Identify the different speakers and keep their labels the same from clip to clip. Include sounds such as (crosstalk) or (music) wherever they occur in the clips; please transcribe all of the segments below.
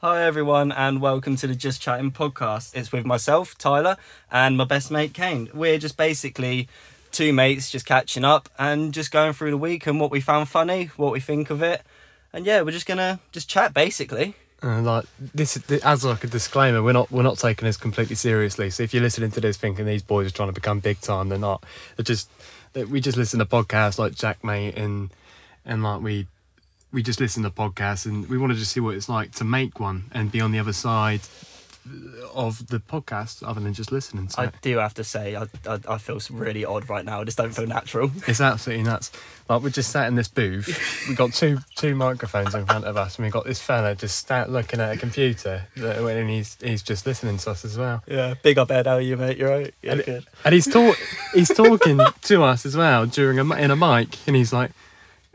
Speaker 1: Hi, everyone, and welcome to the Just Chatting podcast. It's with myself, Tyler, and my best mate, Kane. We're just basically two mates just catching up and just going through the week and what we found funny, what we think of it. And yeah, we're just gonna just chat basically.
Speaker 2: Uh, like this, is- th- as like a disclaimer, we're not we're not taking this completely seriously. So if you're listening to this thinking these boys are trying to become big time, they're not. They're just they, we just listen to podcasts like Jack Mate and and like we we just listen to podcasts and we want to just see what it's like to make one and be on the other side of the podcast other than just listening to
Speaker 1: I
Speaker 2: it.
Speaker 1: do have to say, I, I, I feel really odd right now. I just don't feel natural.
Speaker 2: It's absolutely nuts. Like we're just sat in this booth. We got two two microphones in front of us, and we got this fella just sat looking at a computer, that- and he's he's just listening to us as well.
Speaker 1: Yeah, big up, Ed. How are you, mate? You're right. Yeah,
Speaker 2: And, and he's talk he's talking to us as well during a mi- in a mic, and he's like,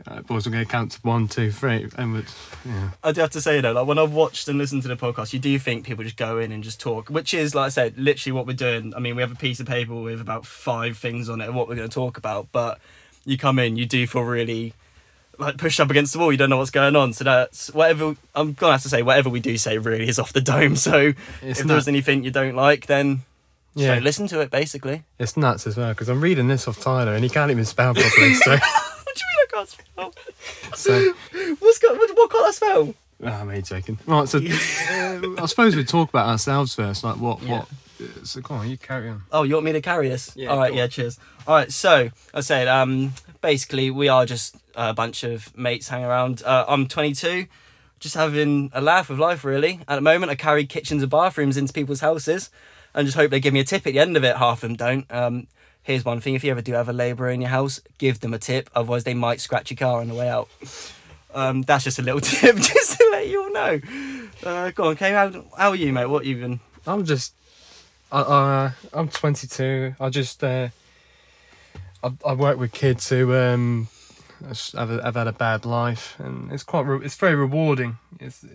Speaker 2: "All right, "Boys, we're going to count to one, two, three, and we're, yeah,
Speaker 1: I do have to say though, like when I've watched and listened to the podcast, you do think people just go in and just talk, which is like I said, literally what we're doing. I mean, we have a piece of paper with about five things on it of what we're going to talk about, but you come in, you do feel really like pushed up against the wall. You don't know what's going on, so that's whatever. I'm gonna have to say whatever we do say really is off the dome. (laughs) So
Speaker 2: It's
Speaker 1: if there's
Speaker 2: nuts.
Speaker 1: anything you don't like, then just
Speaker 2: Yeah.
Speaker 1: don't listen to it. Basically, (laughs)
Speaker 2: it's nuts as well." Because I'm reading this off Tyler, and he can't even spell properly.
Speaker 1: (laughs)
Speaker 2: So, (laughs)
Speaker 1: what do you mean I can't spell?
Speaker 2: so
Speaker 1: (laughs) What's got what, what can't I spell?
Speaker 2: oh, me joking. Right, so uh, I suppose we talk about ourselves first, like what
Speaker 1: Yeah.
Speaker 2: what. uh, So go on, you carry on.
Speaker 1: Oh, you want me to carry us?
Speaker 2: Yeah,
Speaker 1: All right.
Speaker 2: go
Speaker 1: Yeah.
Speaker 2: on.
Speaker 1: Cheers. All right. So I said, um, basically, we are just a bunch of mates hanging around. Uh, I'm 22, just having a laugh with life. Really. At the moment, I carry kitchens and bathrooms into people's houses, and just hope they give me a tip at the end of it. Half of them don't. Um, here's one thing: if you ever do have a labourer in your house, give them a tip. Otherwise, they might scratch your car on the way out. Um, that's just a little (laughs) tip, just to let you all know. Uh, go on, Kay. How, how are you, mate? What you been?
Speaker 2: I'm just, I, uh, I'm 22. I just, uh, I, I work with kids who um, have, have had a bad life, and it's quite, re- it's very rewarding. It's, uh,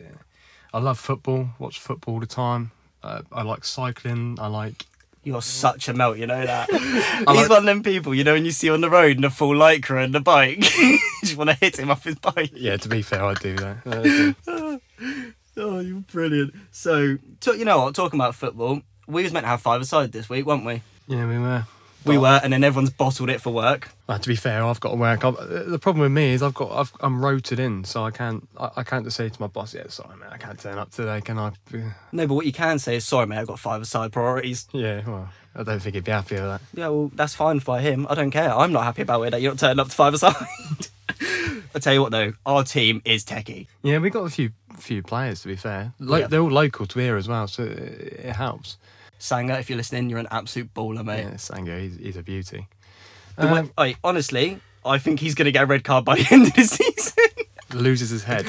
Speaker 2: I love football. Watch football all the time. Uh, I like cycling. I like.
Speaker 1: You're such a melt, you know (laughs) that.
Speaker 2: I
Speaker 1: He's
Speaker 2: like-
Speaker 1: one of them people, you know, when you see on the road in a full lycra and a bike, (laughs) you just want to hit him off his bike.
Speaker 2: Yeah, to be fair, I do that. Uh,
Speaker 1: Oh, you're brilliant. So, to, you know what, talking about football, we was meant to have five-a-side this week, weren't we?
Speaker 2: (laughs) yeah, we were.
Speaker 1: We were, and then everyone's bottled it for work.
Speaker 2: Uh, to be fair, I've got to work. I've, uh, the problem with me is I've got I've, I'm rotated in, so I can't I, I can't just say to my boss, yeah, sorry man, I can't turn up today. Can I? (laughs)
Speaker 1: No, but what you can say is, sorry, mate, I've got five-a-side priorities.
Speaker 2: Yeah, well, I don't think he'd be happy with that.
Speaker 1: Yeah, well, that's fine by him. I don't care. I'm not happy about it that you're not turning up to five-a-side. (laughs) I tell you what, though, our team is techie.
Speaker 2: Yeah, we got a few few players to be fair. Like
Speaker 1: Yeah.
Speaker 2: they're all local to here as well, so it, it helps.
Speaker 1: Sanger, if you're listening, you're an absolute baller, mate.
Speaker 2: Yeah, Sango, he's, he's a beauty.
Speaker 1: The way-
Speaker 2: Um,
Speaker 1: Oi, honestly, I think he's going to get a red card by (laughs) the end of the season.
Speaker 2: loses
Speaker 1: (laughs)
Speaker 2: his head.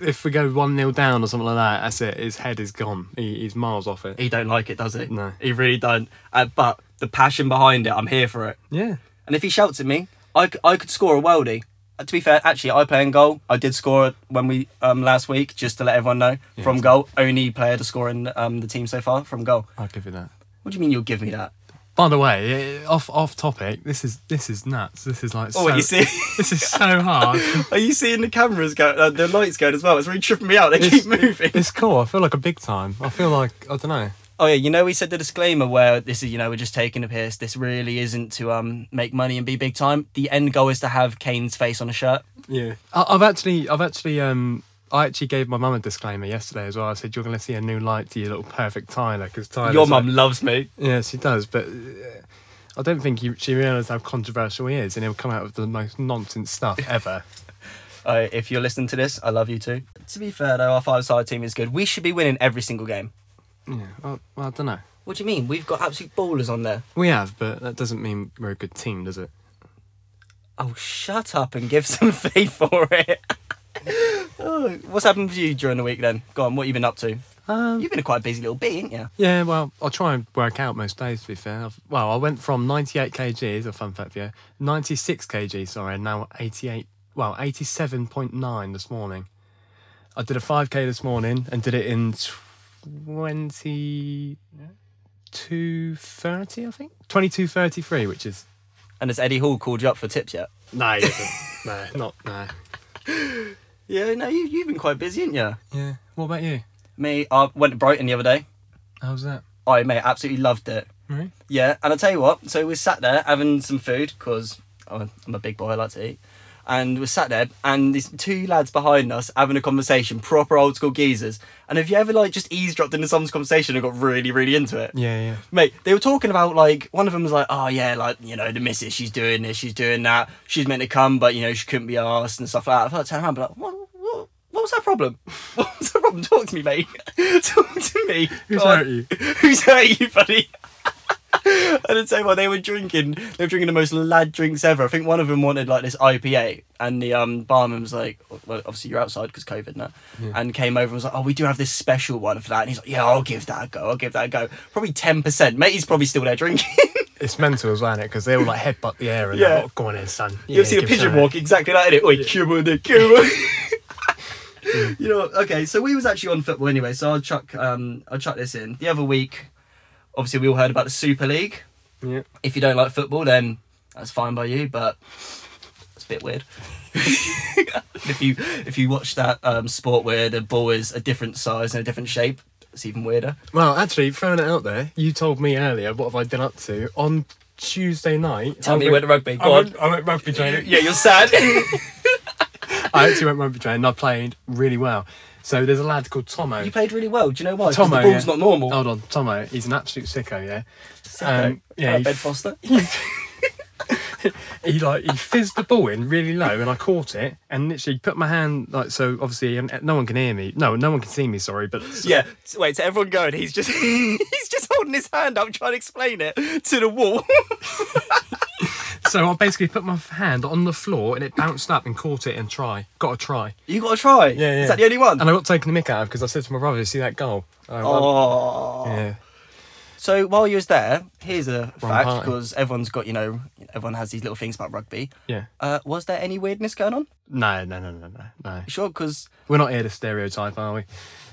Speaker 2: if we go one 0 down or something like that, that's it. His head is gone. He, he's miles off it.
Speaker 1: he don't like it, does he?
Speaker 2: No.
Speaker 1: He really don't. Uh, but the passion behind it, I'm here for it.
Speaker 2: Yeah,
Speaker 1: And if he shouts at me, I, c- I could score a worldie. Uh, to be fair, actually, I play in goal. I did score it when we um last week, just to let everyone know. From goal, only player to score in um the team so far from goal.
Speaker 2: I'll give you that.
Speaker 1: What do you mean you'll give me that?
Speaker 2: By the way, eh, off off topic. This is this is nuts. This is like
Speaker 1: Oh,
Speaker 2: so,
Speaker 1: you see,
Speaker 2: (laughs) This is so
Speaker 1: (laughs)
Speaker 2: hard.
Speaker 1: are you seeing the cameras go, uh, the lights going as well? It's really tripping me out. They keep moving.
Speaker 2: It's cool. I feel like a big time. I feel like I don't know.
Speaker 1: Oh yeah, you know we said the disclaimer where this is you know we're just taking a piss. This really isn't to um make money and be big time. The end goal is to have Kane's face on a shirt.
Speaker 2: Yeah, I, I've actually, I've actually, um, I actually gave my mum a disclaimer yesterday as well. I said you're going to see a new light to your little perfect Tyler because Tyler.
Speaker 1: Your mum loves me.
Speaker 2: yeah, she does, but uh, I don't think he, she realised how controversial he is, and he'll come out with the most nonsense stuff ever.
Speaker 1: Uh, if you're listening to this, I love you too. To be fair though, our five-side team is good. We should be winning every single game.
Speaker 2: yeah, well, well, I don't know.
Speaker 1: What do you mean? We've got absolute ballers on there.
Speaker 2: We have, but that doesn't mean we're a good team, does it?
Speaker 1: Oh, shut up and give (laughs) some faith for it. (laughs) oh, what's happened with you during the week then? Go on, what have you been up to?
Speaker 2: Um,
Speaker 1: You've been a quite busy little bee, ain't you?
Speaker 2: Yeah, well, I try and work out most days. To be fair, I've, well, I went from 98 kg. Is a fun fact for you. 96 kg, sorry, and now 88. Well, 87.9 this morning. I did a 5k this morning and did it in 22:30, I think. 22:33, which (laughs) is
Speaker 1: And has Eddie Hall called you up for tips yet?
Speaker 2: no, he hasn't. no, not no.
Speaker 1: Yeah, no, you, you've been quite busy, haven't you?
Speaker 2: Yeah. What about you?
Speaker 1: Me, I went to Brighton the other day.
Speaker 2: How's that?
Speaker 1: I, mate, absolutely loved it.
Speaker 2: Right.
Speaker 1: Yeah, and I tell you what. So we sat there having some food because I'm I'm a big boy. I like to eat. And we sat there, and these two lads behind us having a conversation, proper old school geezers. And have you ever like just eavesdropped into someone's conversation and got really, really into it?
Speaker 2: Yeah, yeah.
Speaker 1: Mate, they were talking about like one of them was like, oh yeah, like you know the missus, she's doing this, she's doing that, she's meant to come, but you know she couldn't be asked and stuff like that. I thought, turn around, and be like, what, what, what was that problem? (laughs) What was that problem? Talk to me, mate. (laughs) Talk to me.
Speaker 2: Who's
Speaker 1: God.
Speaker 2: hurt you?
Speaker 1: (laughs) Who's hurt you, buddy? (laughs) and I tell you what, they were drinking. They were drinking the most lad drinks ever. I think one of them wanted like this IPA, and the um, barman was like, "Well, obviously you're outside because COVID now," and came over and was like, "Oh, we do have this special one for that." And he's like, "Yeah, I'll give that a go. I'll give that a go. Probably ten percent, mate. He's probably still there drinking. (laughs)
Speaker 2: It's mental as well, is Because they all like headbutt the air and
Speaker 1: Yeah.
Speaker 2: yeah. like, "Oh, go on in, son.
Speaker 1: you ever see a pigeon walk exactly like it? Oi, come on, (laughs) then, come on. you know, what, okay. So we was actually on football anyway. So I'll chuck, um, I'll chuck this in. The other week, obviously, we all heard about the Super League.
Speaker 2: Yeah.
Speaker 1: if you don't like football, then that's fine by you, but it's a bit (laughs) weird. if you if you watch that um, sport where the ball is a different size and a different shape, it's even weirder.
Speaker 2: Well, actually, throwing it out there, you told me earlier what have I been up to on Tuesday night.
Speaker 1: Tell
Speaker 2: I
Speaker 1: me you went to rugby.
Speaker 2: I
Speaker 1: Go on.
Speaker 2: went, I went rugby training.
Speaker 1: (laughs) Yeah, you're sad.
Speaker 2: I actually went rugby training. and I played really well. So there's a lad called Tomo.
Speaker 1: you played really well. Do you know why? 'Cause
Speaker 2: Tomo,
Speaker 1: the ball's
Speaker 2: yeah.
Speaker 1: not normal.
Speaker 2: Hold on, Tomo. He's an absolute sicko. Yeah.
Speaker 1: Sicko.
Speaker 2: um, yeah,
Speaker 1: Uh,
Speaker 2: you-
Speaker 1: Ben Foster.
Speaker 2: he like he fizzed the ball in really low, and I caught it, and literally put my hand like so. Obviously, and no one can hear me. No, no one can see me. Sorry, but
Speaker 1: (laughs) yeah. So Wait, so everyone going. He's just (laughs) he's just holding his hand up, trying to explain it to the wall.
Speaker 2: so I basically put my hand on the floor, and it bounced up and caught it and try. Got a try.
Speaker 1: you got to try.
Speaker 2: Yeah, yeah.
Speaker 1: Is that the only one?
Speaker 2: And I got taken the mick out of because I said to my brother, "See that goal." I went,
Speaker 1: oh.
Speaker 2: Yeah.
Speaker 1: So while you was there, here's a fact
Speaker 2: party.
Speaker 1: because everyone's got you know everyone has these little things about rugby.
Speaker 2: Yeah.
Speaker 1: Uh, was there any weirdness going on?
Speaker 2: No, no, no, no, no, no.
Speaker 1: You Sure, because
Speaker 2: We're not here to stereotype, are we?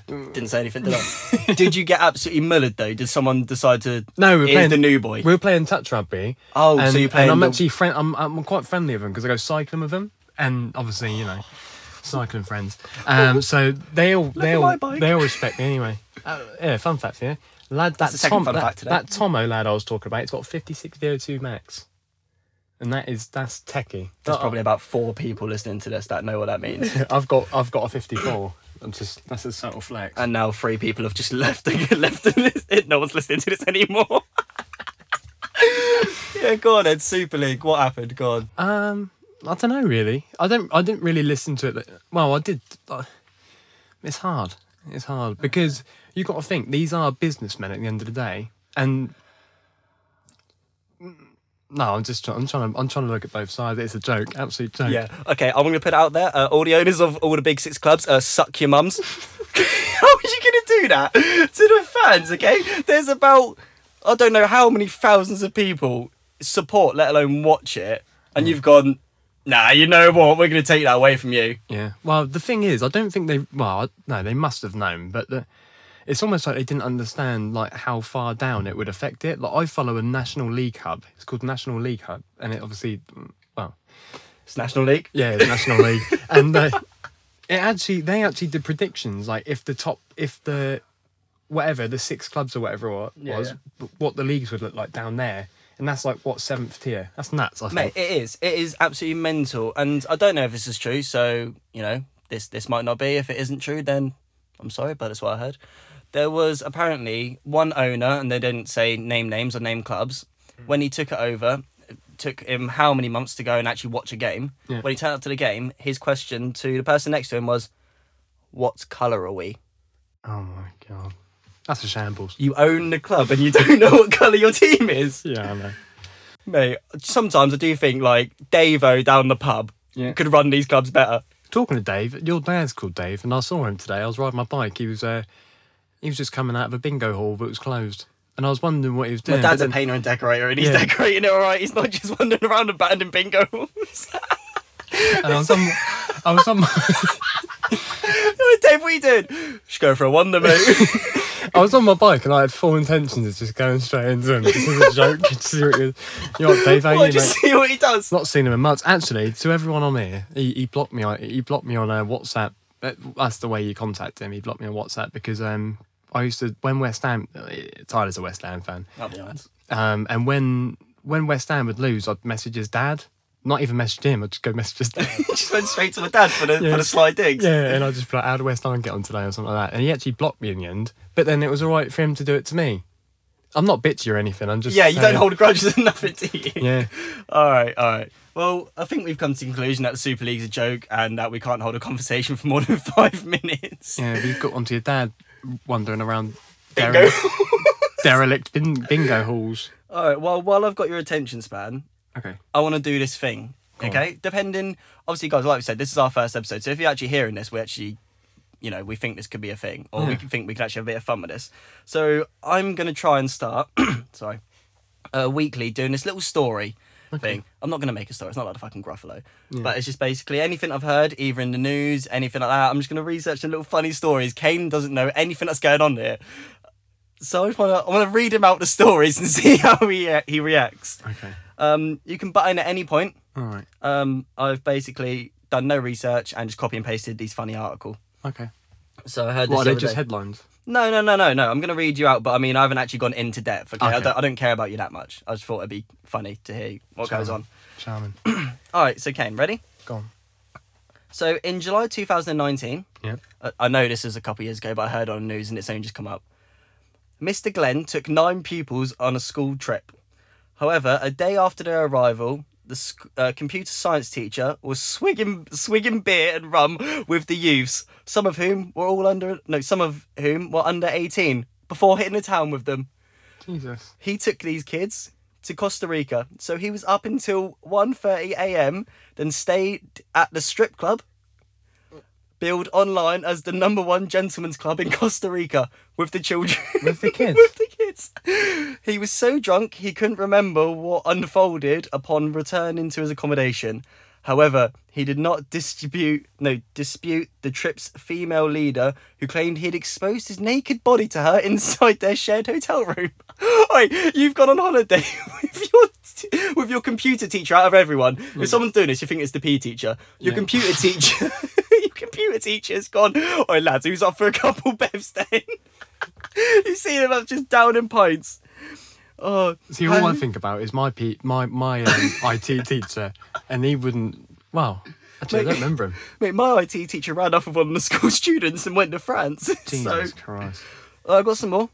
Speaker 1: didn't say anything. Did
Speaker 2: (laughs)
Speaker 1: I? did you get absolutely mullered though? Did someone decide to?
Speaker 2: No, we we're
Speaker 1: here's
Speaker 2: playing
Speaker 1: the new boy.
Speaker 2: We were playing touch rugby.
Speaker 1: Oh, so
Speaker 2: and,
Speaker 1: you're
Speaker 2: And I'm
Speaker 1: playing the-
Speaker 2: actually friend. I'm, I'm quite friendly with them because I go cycling with them, and obviously you know, cycling friends. Um, so they all they
Speaker 1: at
Speaker 2: all
Speaker 1: my bike.
Speaker 2: they all respect me anyway. Uh, yeah, fun fact for you, lad. That
Speaker 1: the second
Speaker 2: Tom,
Speaker 1: fun
Speaker 2: that,
Speaker 1: fact today.
Speaker 2: that Tomo lad I was talking about, it's got 56 VO2 max, and that is that's techie.
Speaker 1: There's
Speaker 2: That-
Speaker 1: probably about four people listening to this that know what that
Speaker 2: (laughs)
Speaker 1: means,
Speaker 2: I've got I've got a 54. I'm just that's a subtle flex.
Speaker 1: and now three people have just left. the- (laughs) left. the list. No one's listening to this anymore. (laughs) yeah, go on. Then Super League. What happened? Go on.
Speaker 2: Um, I don't know really. I don't. I didn't really listen to it. That, well, I did. Uh, it's hard. It's hard because you got to think these are businessmen at the end of the day, and no, I'm just. Trying, I'm trying to. I'm trying to look at both sides. It's a joke. Absolute
Speaker 1: (laughs)
Speaker 2: joke.
Speaker 1: Yeah. Okay. I'm gonna put it out there. Uh, all the owners of all the big six clubs, uh, suck your mums. (laughs) how are you gonna do that to the fans? Okay. There's about I don't know how many thousands of people support, let alone watch it, and you've gone. Nah, you know what? We're gonna take that away from you.
Speaker 2: Yeah. Well, the thing is, I don't think they. Well, I- no, they must have known, but the, it's almost like they didn't understand like how far down it would affect it. Like I follow a national league hub. It's called National League Hub, and it obviously, well,
Speaker 1: It's National League.
Speaker 2: Yeah, the National (laughs) League, and uh, it actually they actually did predictions like if the top, if the whatever the six clubs or whatever it was,
Speaker 1: Yeah, yeah.
Speaker 2: b- what the leagues would look like down there, and that's like what seventh tier. That's nuts. I
Speaker 1: Mate,
Speaker 2: think.
Speaker 1: it is. It is absolutely mental, and I don't know if this is true. So you know, this this might not be. If it isn't true, then I'm sorry, but it's what I heard. There was apparently one owner, and they didn't say name names or name clubs. When he took it over, it took him how many months to go and actually watch a game.
Speaker 2: Yeah.
Speaker 1: When he turned up to the game, his question to the person next to him was, "What color are we?"
Speaker 2: Oh my god, that's a shambles.
Speaker 1: You own the club, and you don't know what color your team is.
Speaker 2: Yeah, I know.
Speaker 1: Mate, sometimes I do think like Davo down the pub
Speaker 2: Yeah.
Speaker 1: could run these clubs better.
Speaker 2: Talking to Dave, your dad's called Dave, and I saw him today. I was riding my bike. He was uh, he was just coming out of a bingo hall that was closed, and I was wondering what he was doing.
Speaker 1: My
Speaker 2: but
Speaker 1: dad's a
Speaker 2: (laughs) then-
Speaker 1: painter and decorator, and he's
Speaker 2: Yeah.
Speaker 1: decorating it all right. He's not (laughs) just wandering around abandoned bingo (laughs) halls.
Speaker 2: and I was on, I was on.
Speaker 1: I good day we did. Just go for a
Speaker 2: (laughs)
Speaker 1: wonder, mate.
Speaker 2: I was on my bike and I had full intentions of just going straight into him. This is a joke. (laughs) Just see what you- you know what, Dave? How
Speaker 1: (laughs)
Speaker 2: you,
Speaker 1: Well,
Speaker 2: mate?
Speaker 1: just see what he does.
Speaker 2: Not seen him in months. Actually, to everyone on here, he, he blocked me. on- He blocked me on uh, WhatsApp. That- That's the way you contact him. He blocked me on WhatsApp because um, I used to when West Ham. uh, Tyler's a West Ham fan.
Speaker 1: That'll be nice.
Speaker 2: Um, and when when West Ham would lose, I'd message his dad. Not even message him. I'd just go message
Speaker 1: (laughs)
Speaker 2: his dad.
Speaker 1: just went straight to my dad for the for the sly digs.
Speaker 2: Yeah, and I just be like, how did West Ham get on today or something like that? And he actually blocked me in the end. But then it was all right for him to do it to me. I'm not bitchy or anything. I'm just
Speaker 1: Yeah, you don't
Speaker 2: saying-
Speaker 1: hold a grudge, there's (laughs) nothing to you.
Speaker 2: Yeah,
Speaker 1: All right, all right. Well, I think we've come to the conclusion that the Super League's a joke and that we can't hold a conversation for more than (laughs) five minutes.
Speaker 2: yeah. We've got onto your dad wandering around
Speaker 1: Bingo.
Speaker 2: derelict,
Speaker 1: (laughs)
Speaker 2: derelict bin- bingo halls.
Speaker 1: all right, well, while I've got your attention span,
Speaker 2: Okay.
Speaker 1: I want to do this thing. okay? Depending, obviously, guys, like we said, this is our first episode. So if you're actually hearing this, we actually, you know, we think this could be a thing or we
Speaker 2: Yeah.
Speaker 1: can think we can actually have a bit of fun with this. So I'm going to try and start, (clears throat) sorry, uh, weekly doing this little story. Thing. I'm not going to make a story. It's not like the fucking Gruffalo. But it's just basically anything I've heard, either in the news, anything like that. I'm just going to research the little funny stories. Kane doesn't know anything that's going on here. So I just want to I want to read him out the stories and (laughs) see how he, uh, he reacts.
Speaker 2: Okay.
Speaker 1: Um, you can butt in at any point.
Speaker 2: All right.
Speaker 1: Um, I've basically done no research and just copy and pasted these funny article.
Speaker 2: Okay.
Speaker 1: So I heard this. the
Speaker 2: What are they
Speaker 1: other
Speaker 2: just
Speaker 1: day.
Speaker 2: headlines?
Speaker 1: No, no, no, no, no. I'm gonna read you out, but I mean, I haven't actually gone into depth. Okay, I,
Speaker 2: Okay.
Speaker 1: don't, I don't care about you that much. I just thought it'd be funny to hear what goes on.
Speaker 2: Charming.
Speaker 1: All right, so Kane, ready?
Speaker 2: Gone.
Speaker 1: So in July 2019,
Speaker 2: Yeah.
Speaker 1: I- I know this is a couple of years ago, but I heard on the news and it's only just come up. Mr. Glenn took nine pupils on a school trip. However, a day after their arrival, the sc- uh, computer science teacher was swigging swigging beer and rum with the youths, some of whom were all under no, some of whom were under eighteen before hitting the town with them.
Speaker 2: Jesus.
Speaker 1: He took these kids to Costa Rica, so he was up until 1:30 a.m. Then stayed at the strip club billed online as the number one gentleman's club in Costa Rica with the children. (laughs)
Speaker 2: With the kids?
Speaker 1: with the kids. He was so drunk he couldn't remember what unfolded upon returning to his accommodation. However, he did not dispute no dispute the trip's female leader who claimed he had exposed his naked body to her inside their shared hotel room. (laughs) Oi, you've gone on holiday (laughs) with your t- with your computer teacher out of everyone. If someone's doing this, you think it's the PE teacher. Your
Speaker 2: Yeah.
Speaker 1: computer teacher (laughs) your computer teacher's gone, Oi lads, who's up for a couple (laughs) bevs then? (laughs) You've seen him up just down in pints. Oh,
Speaker 2: See, all I think about is my P- my my
Speaker 1: (laughs)
Speaker 2: um, IT teacher, and he wouldn't. Well, actually, I don't
Speaker 1: (laughs)
Speaker 2: remember him.
Speaker 1: mate, my IT teacher ran off with one of the (laughs) school students and went to France. (laughs)
Speaker 2: Jesus
Speaker 1: So
Speaker 2: Christ.
Speaker 1: uh, I've got some more.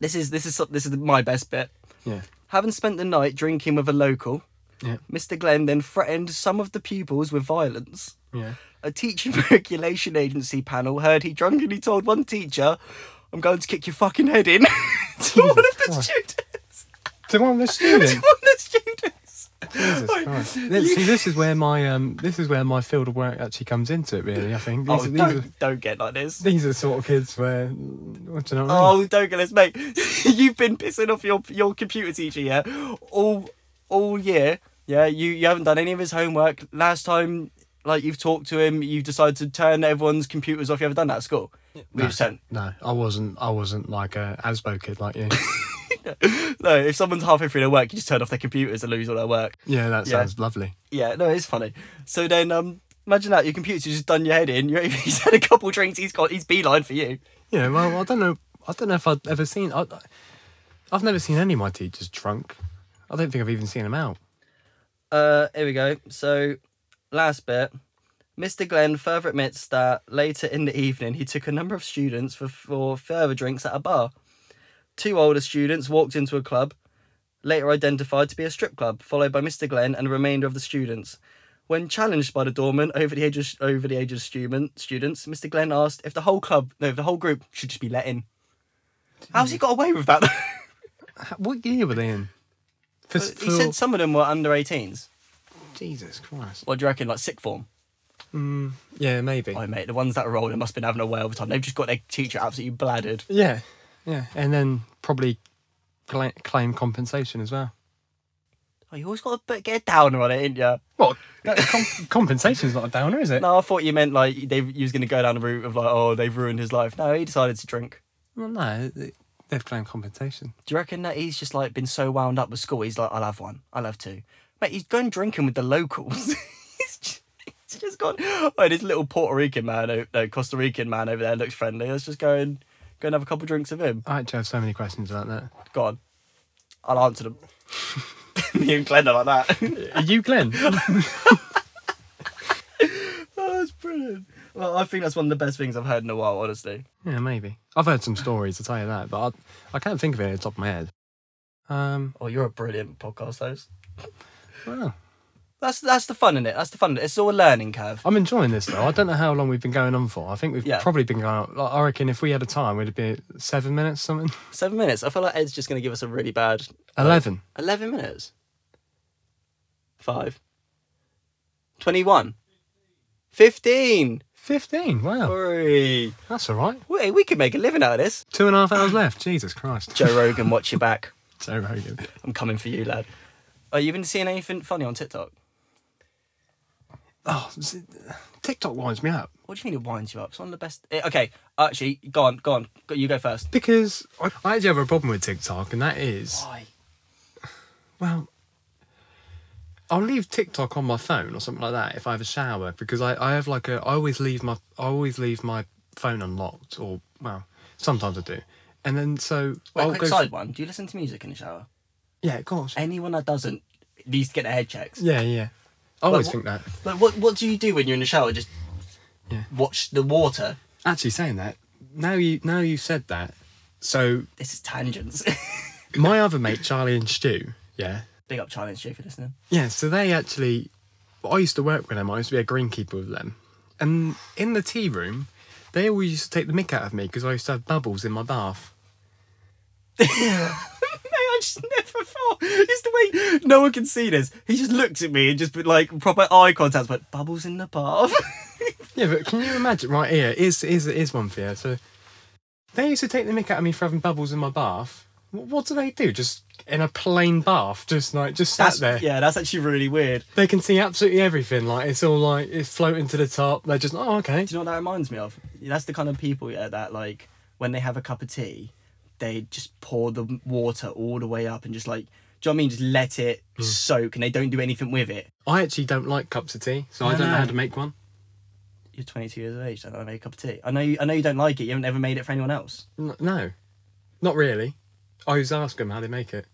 Speaker 1: This is this is so- this is my best bit.
Speaker 2: Yeah.
Speaker 1: Having spent the night drinking with a local,
Speaker 2: Yeah.
Speaker 1: Mr. Glenn then threatened some of the pupils with violence.
Speaker 2: Yeah.
Speaker 1: A teacher (laughs) regulation agency panel heard he drunkenly told one teacher, "I'm going to kick your fucking head in," (laughs) to one of the
Speaker 2: Christ.
Speaker 1: students. (laughs)
Speaker 2: So I'm the student.
Speaker 1: To one of the students.
Speaker 2: (laughs) Jesus
Speaker 1: Like,
Speaker 2: Christ. This- See, this is where my um, this is where my field of work actually comes into it. Really, I think these,
Speaker 1: Oh,
Speaker 2: are, these, are,
Speaker 1: don't, don't get like this.
Speaker 2: these are the sort of kids where, what do you know? What I mean?
Speaker 1: Oh, don't get this, mate. (laughs) You've been pissing off your your computer teacher, yeah, all all year. Yeah, you you haven't done any of his homework. Last time, like you've talked to him, you've decided to turn everyone's computers off. You ever done that at school? We just turn-
Speaker 2: No, I wasn't. I wasn't like a Asbo kid like you.
Speaker 1: (laughs) No, if someone's halfway through their work, you just turn off their computers and lose all their work.
Speaker 2: yeah, that
Speaker 1: Yeah.
Speaker 2: sounds lovely.
Speaker 1: Yeah, no, it's funny. So then, um, imagine that your computer's just done your head in. (laughs) You're, he's had a couple drinks. He's got he's beeline for you.
Speaker 2: Yeah. Well, I don't know. I don't know if I've ever seen. I, I've never seen any of my teachers drunk. I don't think I've even seen them out.
Speaker 1: Uh, here we go. So, last bit. Mr. Glenn further admits that later in the evening he took a number of students for, for further drinks at a bar. Two older students walked into a club, later identified to be a strip club, followed by Mr. Glenn and the remainder of the students. When challenged by the doorman over the age of, over the age of student, students, Mr. Glenn asked if the whole club, no, if the whole group should just be let in. How's he got away with that? (laughs)
Speaker 2: H- What year were they in? For, for,
Speaker 1: Uh, he said some of them were under 18s.
Speaker 2: Jesus Christ.
Speaker 1: What do you reckon, like sick form?
Speaker 2: Yeah, maybe.
Speaker 1: Oh mate, the ones that are older must have been having a whale of a time. They've just got their teacher absolutely bladdered.
Speaker 2: Yeah, yeah, and then probably cla claim compensation as well.
Speaker 1: Oh, you always got to get a downer on it, ain't ya?
Speaker 2: Well, that com- (laughs) compensation's not a downer, is it?
Speaker 1: No, I thought you meant like they you was gonna go down the route of like, oh, they've ruined his life. No, he decided to drink.
Speaker 2: Well, no, it- they've claimed compensation.
Speaker 1: Do you reckon that he's just like been so wound up with school? He's like, I'll have one, I'll have two. Mate, he's gone drinking with the locals. (laughs) he's, just, he's just gone. Oh, this little Puerto Rican man, o- no, Costa Rican man over there looks friendly. Let's just go and go and have a couple drinks of him.
Speaker 2: I actually have so many questions about that.
Speaker 1: Go on, I'll answer them. (laughs) Me and Glenn are like that.
Speaker 2: Are
Speaker 1: (laughs)
Speaker 2: you Glenn?
Speaker 1: oh, that's brilliant. Well, I think that's one of the best things I've heard in a while, honestly.
Speaker 2: yeah, maybe. I've heard some stories, I'll tell you that, but I, I can't think of it at the top of my head. Um,
Speaker 1: Oh, you're a brilliant podcast host.
Speaker 2: well,
Speaker 1: That's that's the fun in it. That's the fun. in it. It's all a learning curve.
Speaker 2: I'm enjoying this though. I don't know how long we've been going on for. I think we've
Speaker 1: Yeah.
Speaker 2: probably been going on. Like, I reckon if we had a time, we'd be at seven minutes, something. (laughs)
Speaker 1: Seven minutes. I feel like Ed's just going to give us a really bad.
Speaker 2: Eleven.
Speaker 1: Eleven minutes. Five. Twenty-one. Fifteen.
Speaker 2: Fifteen. Wow,
Speaker 1: Hooray.
Speaker 2: that's all right.
Speaker 1: We, we could make a living out of this.
Speaker 2: Two and a half hours left. Jesus (laughs) Christ.
Speaker 1: Joe Rogan, watch your back.
Speaker 2: Joe Rogan.
Speaker 1: I'm coming for you, lad. Oh, you been seeing anything funny on TikTok?
Speaker 2: Oh, s- TikTok winds me up
Speaker 1: What do you mean it winds you up? It's one of the best. eh, Okay, actually, go on, go on. Go- You go first.
Speaker 2: because I, I actually have a problem with TikTok, and that is,
Speaker 1: Why?
Speaker 2: well, I'll leave TikTok on my phone or something like that if I have a shower because I, I have like a I always leave my I always leave my phone unlocked or well sometimes I do, and then so
Speaker 1: Wait,
Speaker 2: I'll
Speaker 1: quick
Speaker 2: Oh, go
Speaker 1: side one. Do you listen to music in the shower?
Speaker 2: yeah of course
Speaker 1: Anyone that doesn't needs to get their head checked.
Speaker 2: yeah yeah I always
Speaker 1: wh-
Speaker 2: think that
Speaker 1: Like, what what do you do when you're in the shower? Just
Speaker 2: Yeah.
Speaker 1: watch the water.
Speaker 2: actually saying that now you now you said that so
Speaker 1: This is tangents. (laughs)
Speaker 2: my other mate Charlie and Stu yeah
Speaker 1: Big up Charlie and Stu for listening.
Speaker 2: Yeah, so they actually. I used to work with them. I used to be a greenkeeper with them, and in the tea room, they always used to take the mick out of me because I used to have bubbles in my bath.
Speaker 1: (laughs) Mate, I just never thought. It's the way no one can see this. He just looked at me and just been like proper eye contact, but bubbles in the bath. (laughs)
Speaker 2: Yeah, but can you imagine? Right here, here's here's, here's one for you. So they used to take the mick out of me for having bubbles in my bath. What, what do they do? Just in a plain bath, just like just sat
Speaker 1: that's
Speaker 2: there.
Speaker 1: yeah, that's actually really weird.
Speaker 2: They can see absolutely everything. Like it's all like it's floating to the top. They're just oh okay.
Speaker 1: Do you know what that reminds me of? That's the kind of people yeah, that like when they have a cup of tea, they just pour the water all the way up and just like, do you know what I mean? Just let it
Speaker 2: Hmm.
Speaker 1: soak and they don't do anything with it.
Speaker 2: I actually don't like cups of tea, so I
Speaker 1: No,
Speaker 2: don't know
Speaker 1: no.
Speaker 2: how to make one.
Speaker 1: You're 22 years of age. I don't make a cup of tea. I know you. I know you don't like it. You haven't ever made it for anyone else.
Speaker 2: N- No, not really. I always ask them how they make it.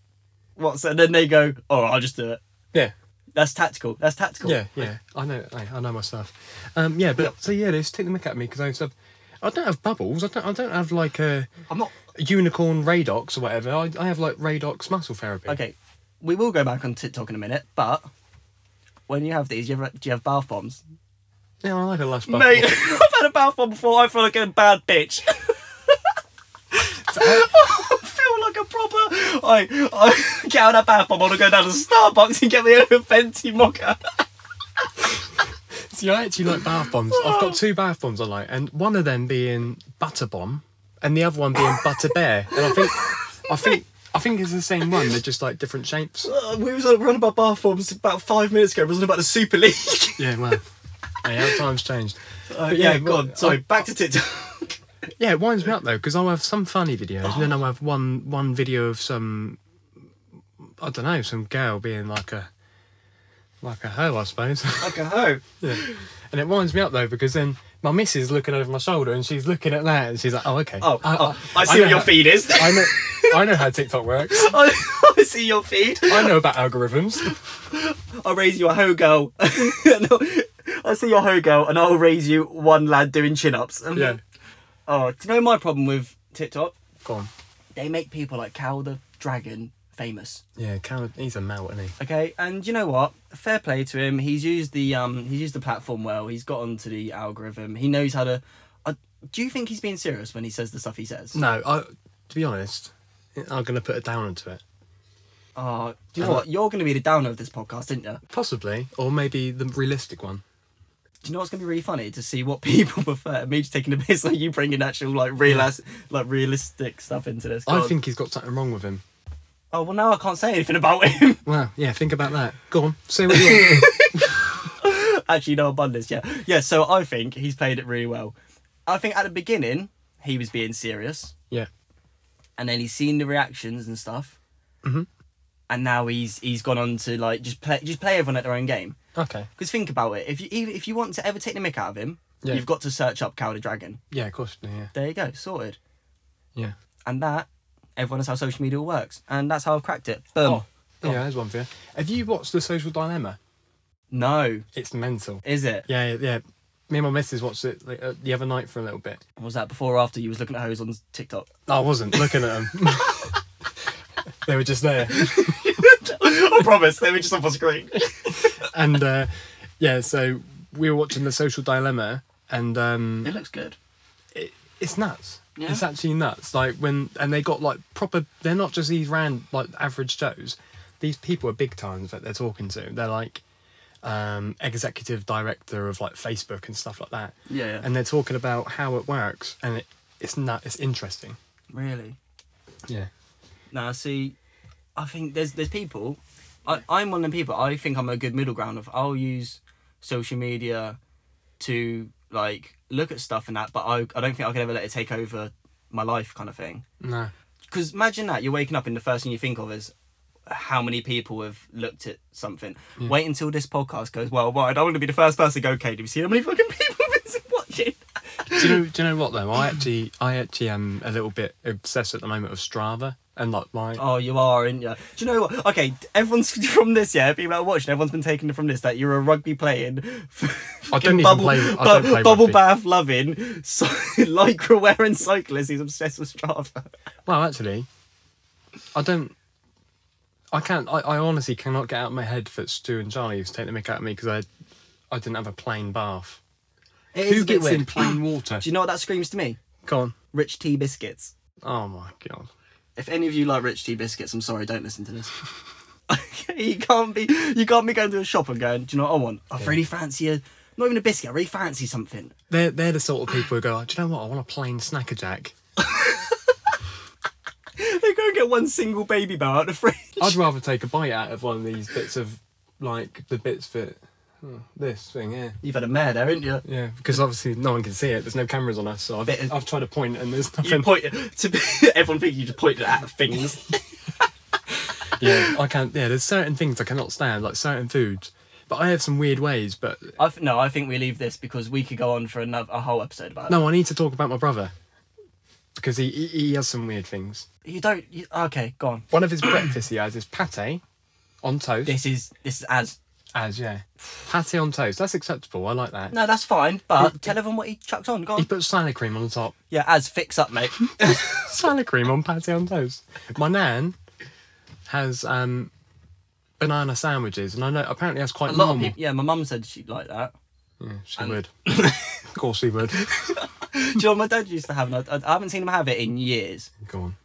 Speaker 1: What? So then they go, "Oh, I'll just do it."
Speaker 2: Yeah,
Speaker 1: That's tactical. That's tactical.
Speaker 2: yeah, yeah. I know, I, I know my stuff. Um, yeah, but so yeah, they just take the mick at me because I used to have, I don't have bubbles. I don't, I don't have like a
Speaker 1: I'm not.
Speaker 2: unicorn radox or whatever. I, I have like radox muscle therapy.
Speaker 1: Okay, we will go back on TikTok in a minute, but when you have these, you ever, do you have bath bombs?
Speaker 2: Yeah, I like a lush bubble.
Speaker 1: Mate, (laughs) I've had a bath bomb before. I feel like a bad bitch. (laughs) I feel like a proper. I I (laughs) get out of that bath bomb. I want to go down to Starbucks and get me a Fenty mocha.
Speaker 2: See, I actually like bath bombs. I've
Speaker 1: Oh.
Speaker 2: got two bath bombs I like, and one of them being butter bomb, and the other
Speaker 1: (laughs)
Speaker 2: one being butter bear. And I think, I think, I think it's the same one. They're just like different shapes.
Speaker 1: Uh, we was on, we were on about bath bombs about five minutes ago. We was on about the Super (laughs) League.
Speaker 2: Yeah, well, hey, how times changed.
Speaker 1: Uh,
Speaker 2: But
Speaker 1: yeah,
Speaker 2: yeah,
Speaker 1: go on.
Speaker 2: well,
Speaker 1: Sorry,
Speaker 2: I-
Speaker 1: back to TikTok.
Speaker 2: Yeah, it winds me up though because I'll have some funny videos and then I'll have one one video of some I don't know some girl being like a like a hoe I suppose. (laughs)
Speaker 1: like a hoe.
Speaker 2: yeah, and it winds me up though because then my missus is looking over my shoulder and she's looking at that and she's like, oh okay.
Speaker 1: Oh,
Speaker 2: I,
Speaker 1: oh, I, see
Speaker 2: know
Speaker 1: what your
Speaker 2: how-
Speaker 1: feed is.
Speaker 2: I know. I know how TikTok works.
Speaker 1: (laughs) I, I see your feed.
Speaker 2: I know about algorithms.
Speaker 1: I'll raise you a hoe girl. (laughs) No, I see your hoe girl, and I'll raise you one lad doing chin ups.
Speaker 2: Yeah,
Speaker 1: Oh, do you know my problem with TikTok?
Speaker 2: go on.
Speaker 1: They make people like Cal the Dragon famous.
Speaker 2: Yeah, Cal, he's a melt, isn't he?
Speaker 1: Okay, and you know what? Fair play to him. He's used the um, he's used the platform well. He's got onto the algorithm. He knows how to. Uh, do you think he's being serious when he says the stuff he says?
Speaker 2: No, I. To be honest, I'm gonna put a down into it.
Speaker 1: Oh, do you know what? You're going to be the downer of this podcast, aren't you?
Speaker 2: Possibly, or maybe the realistic one.
Speaker 1: Do you know what's going to be really funny to see what (laughs) people prefer? Me just taking a piss, like you bringing actual like real, like realistic stuff into this. Go
Speaker 2: I
Speaker 1: on.
Speaker 2: think he's got something wrong with him.
Speaker 1: Oh well, now I can't say anything about him.
Speaker 2: Wow. Yeah. Think about that. Go on. Say what you (laughs) want.
Speaker 1: Actually, no, I'm on this. Yeah, yeah. So I think he's played it really well. I think at the beginning he was being serious,
Speaker 2: yeah.
Speaker 1: and then he's seen the reactions and stuff, Mm-hmm. and now he's he's gone on to like just play just play everyone at their own game.
Speaker 2: Okay.
Speaker 1: Because think about it, if you even if you want to ever take the mick out of him,
Speaker 2: Yeah.
Speaker 1: you've got to search up Cow the Dragon.
Speaker 2: Yeah. Of course. Yeah.
Speaker 1: There you go, sorted.
Speaker 2: Yeah.
Speaker 1: And that everyone knows how social media works, and that's how I've cracked it. Boom.
Speaker 2: Oh, yeah. There's one for you. Have you watched The Social Dilemma?
Speaker 1: No,
Speaker 2: It's mental.
Speaker 1: is it?
Speaker 2: Yeah. Yeah. yeah. Me and my missus watched it like, uh, the other night for a little bit.
Speaker 1: Was that before or after you was looking at hoes on TikTok?
Speaker 2: I wasn't looking at them. (laughs) they were just there.
Speaker 1: (laughs) I promise, they were just off a screen.
Speaker 2: and uh, yeah, so we were watching The Social Dilemma, and um,
Speaker 1: It looks good.
Speaker 2: it, it's nuts.
Speaker 1: Yeah.
Speaker 2: It's actually nuts. Like when and they got like proper. They're not just these round like average Joes. These people are big times that they're talking to. They're like um, executive director of like Facebook and stuff like that.
Speaker 1: Yeah, yeah.
Speaker 2: And they're talking about how it works, and it, it's nut. It's interesting.
Speaker 1: Really?
Speaker 2: Yeah.
Speaker 1: Now, see, I think there's there's people. I, I'm one of the people. I think I'm a good middle ground of. I'll use social media to like look at stuff and that, but I I don't think I could ever let it take over my life, kind of thing.
Speaker 2: No.
Speaker 1: Because imagine that you're waking up and the first thing you think of is how many people have looked at something. Wait until this podcast goes well. Well, I don't want to be the first person to go. Okay, do you see how many fucking people have been (laughs) watching?
Speaker 2: do you know? Do you know what though? I actually, I actually am a little bit obsessed at the moment of Strava and like my.
Speaker 1: Oh, you are, aren't you? Do you know what? Okay, everyone's (laughs) from this, yeah. People that are watching, everyone's been taken from this that you're a rugby playing, (laughs)
Speaker 2: I don't even
Speaker 1: bubble,
Speaker 2: play- I don't play
Speaker 1: bubble
Speaker 2: rugby.
Speaker 1: bath loving, so, (laughs) lycra wearing cyclist. He's obsessed with Strava.
Speaker 2: Well, actually, I don't. I can't. I, I honestly cannot get out of my head that Stu and Charlie used to take the mick out of me because I, I didn't have a plain bath.
Speaker 1: It is
Speaker 2: Who
Speaker 1: a bit
Speaker 2: gets
Speaker 1: weird.
Speaker 2: in plain water?
Speaker 1: Do you know what that screams to me?
Speaker 2: Go on.
Speaker 1: Rich tea biscuits.
Speaker 2: Oh my god.
Speaker 1: If any of you like rich tea biscuits, I'm sorry, don't listen to (laughs) this. you can't be you can't be going to a shop and going, do you know what I want? I really fancy a not even a biscuit, I really fancy something. (laughs)
Speaker 2: They're they're the sort of people who go. Do you know what? I want a plain snacker jack.
Speaker 1: They go and get one single baby bar out of the fridge.
Speaker 2: I'd rather take a bite out of one of these bits of, like the bits that, oh, this thing here.
Speaker 1: You've had a mare there, haven't you?
Speaker 2: Yeah, because obviously no one can see it. There's no cameras on us, so I've,
Speaker 1: Bit of-
Speaker 2: I've tried to point and there's
Speaker 1: You
Speaker 2: nothing.
Speaker 1: point to be, (laughs) everyone thinking you just pointed at things.
Speaker 2: yeah, I can't. Yeah, there's certain things I cannot stand, like certain foods. But I have some weird ways. But
Speaker 1: (laughs) I th- no, I think we leave this because we could go on for another a whole episode about it.
Speaker 2: no, I need to talk about my brother because he he, he has some weird things.
Speaker 1: You don't. You, okay, go on.
Speaker 2: One of
Speaker 1: (clears throat)
Speaker 2: his breakfasts he has is pate on toast.
Speaker 1: This is this is as
Speaker 2: As yeah, pate on toast. That's acceptable. I like that.
Speaker 1: no, that's fine. (laughs) But tell everyone what he chucked on. Go (laughs)
Speaker 2: He
Speaker 1: on.
Speaker 2: puts salad cream on the top. (laughs)
Speaker 1: Yeah, as fix up, (laughs) mate.
Speaker 2: salad cream on pate on toast. My nan has um banana sandwiches, and I know apparently that's quite
Speaker 1: A lot
Speaker 2: normal.
Speaker 1: of people. Yeah, my mum said she'd like that.
Speaker 2: Yeah,
Speaker 1: (laughs)
Speaker 2: she would. of course she would.
Speaker 1: Do you know what my dad used to have? And I, I haven't seen him have it in years.
Speaker 2: Go on.